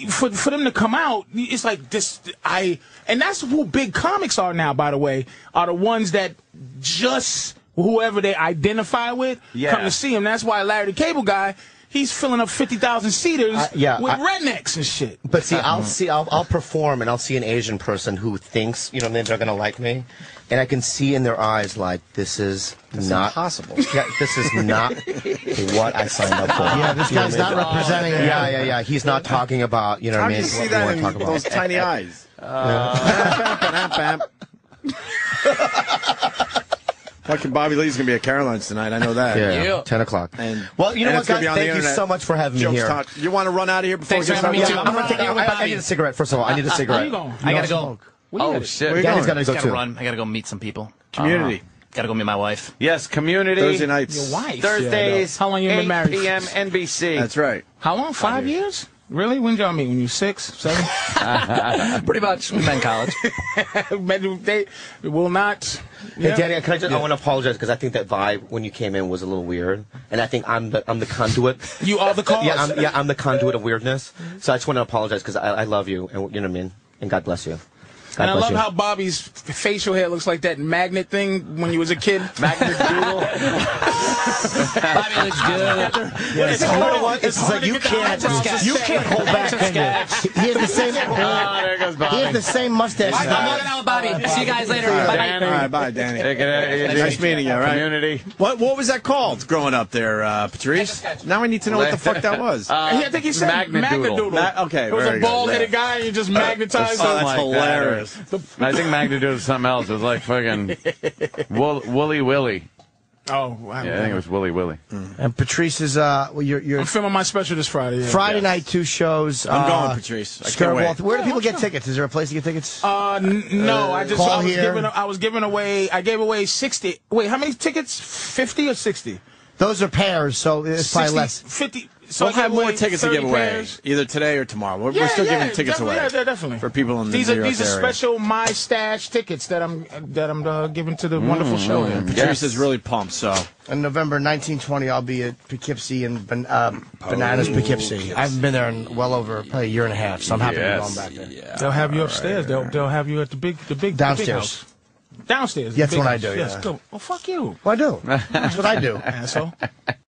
S6: for, for them to come out, it's like this, I, and that's who big comics are now, by the way, are the ones that just whoever they identify with
S4: Yeah.
S6: come to see him. That's why Larry the Cable Guy, he's filling up 50,000 seaters
S2: I- yeah,
S6: with
S2: I-
S6: rednecks and shit.
S2: But see, I'll see, I'll, I'll perform, and I'll see an Asian person who thinks, you know, what I mean, they're gonna like me, and I can see in their eyes like this is not
S1: impossible.
S2: Yeah, this is not what I signed up for.
S3: Yeah, this guy's not representing.
S2: Yeah, yeah, yeah. He's not talking about, you know what
S1: How
S2: I
S1: do
S2: mean?
S1: you see
S2: what
S1: that
S2: we
S1: in
S2: wanna talk
S1: those
S2: about.
S1: tiny eyes? Fucking Bobby Lee's gonna be at Caroline's tonight. I know that.
S2: Yeah,
S8: Yeah.
S2: ten o'clock.
S1: And
S2: well, you know
S1: and
S2: what,
S1: it's gonna
S2: guys?
S1: be on the
S2: Thank you
S1: internet.
S2: so much for having me
S1: Jokes
S2: here.
S1: talk. You want to run out of here before
S8: Thanks
S1: it
S8: for
S1: gets
S8: having
S1: dark?
S8: me, too.
S2: I'm gonna take. Uh, I, I- I need a cigarette first of all. I need a cigarette.
S8: I gotta go.
S4: Oh shit!
S2: Daddy's gotta go
S8: Gotta
S2: too.
S8: run. I gotta go meet some people.
S1: Community.
S8: Gotta go meet my wife.
S4: Yes, community
S1: Thursday nights.
S4: Thursdays.
S6: How long you been
S4: 8
S6: married?
S4: PM NBC.
S1: That's right.
S6: How long? Five years? Really? When did y'all meet? When you six, seven?
S8: Pretty much. We met in college.
S6: Men- they will not.
S2: Hey, Danny, can I just? I want to apologize because I think that vibe when you came in was a little weird, and I think I'm the I'm the conduit.
S6: You are the cause.
S2: yeah, I'm, yeah, I'm the conduit of weirdness. So I just want to apologize because I, I love you, and you know what I mean. And God bless you. God
S6: and I
S2: bless
S6: love
S2: you.
S6: how Bobby's facial hair looks like that magnet thing when you was a kid. Magnet doodle.
S8: Bobby looks good.
S2: It's hard to- it's like you can't you can't hold back.
S3: He has the same.
S2: Uh,
S3: he has the same mustache. as
S8: I'm
S3: I-
S8: walking out with Bobby. See you guys later. Bye bye.
S1: All right, bye, Danny.
S4: Take it out, easy.
S1: Nice meeting you, all right?
S4: Community.
S1: What what was that called growing up there, uh, Patrice? Oh, Now I need to know what the fuck that was.
S6: I think he said
S4: Magnet
S6: magnet doodle.
S4: doodle.
S1: Ma- okay,
S6: it was
S1: very
S6: a
S1: good,
S6: bald-headed
S1: yeah.
S6: guy, and you just
S2: Uh,
S6: magnetized
S1: Oh,
S6: him.
S1: that's
S4: Something like
S1: hilarious.
S4: that, or- I think Magna did something else. It was like fucking wool, Woolly Willy.
S6: Oh, wow.
S4: Yeah, I think it was Woolly Willy.
S3: And Patrice's. Uh, well, your your
S6: I'm filming my special this Friday. yeah.
S3: Friday night two shows.
S1: I'm
S3: uh,
S1: going, Patrice. I can't
S3: Skirball.
S1: wait.
S3: Where do people get tickets? Is there a place to get tickets?
S6: Uh, n- no, I just
S3: call
S6: I was
S3: here.
S6: giving I was giving away I gave away sixty. Wait, how many tickets? Fifty or sixty?
S3: Those are pairs, so it's
S6: 60,
S3: probably less.
S6: Fifty.
S1: So
S6: So I
S1: we'll have
S6: gave away
S1: more tickets to
S6: 30
S1: give away,
S6: pairs.
S1: either today or tomorrow. We're,
S6: Yeah,
S1: we're still
S6: yeah,
S1: giving tickets
S6: definitely,
S1: away.
S6: Yeah, yeah, definitely.
S1: for people in the
S6: these
S1: New
S6: are
S1: York
S6: these are
S1: area.
S6: special my stash tickets that I'm that I'm uh, giving to the wonderful show. here.
S1: Patrice is really pumped. So
S3: On November 1920, I'll be at Poughkeepsie and Ban- uh, Bananas Poughkeepsie. I haven't been there in well over probably a year and a half, so I'm happy
S4: Yes.
S3: to be going back there.
S6: They'll have you upstairs. They'll they'll have you at the big the big the big
S3: Downstairs.
S6: house. Downstairs. the
S3: That's
S6: big
S3: what I
S6: house,
S3: do,
S6: Yes.
S3: yeah.
S6: Go. Well, fuck you,
S3: Well, I do. That's what I do.
S6: asshole.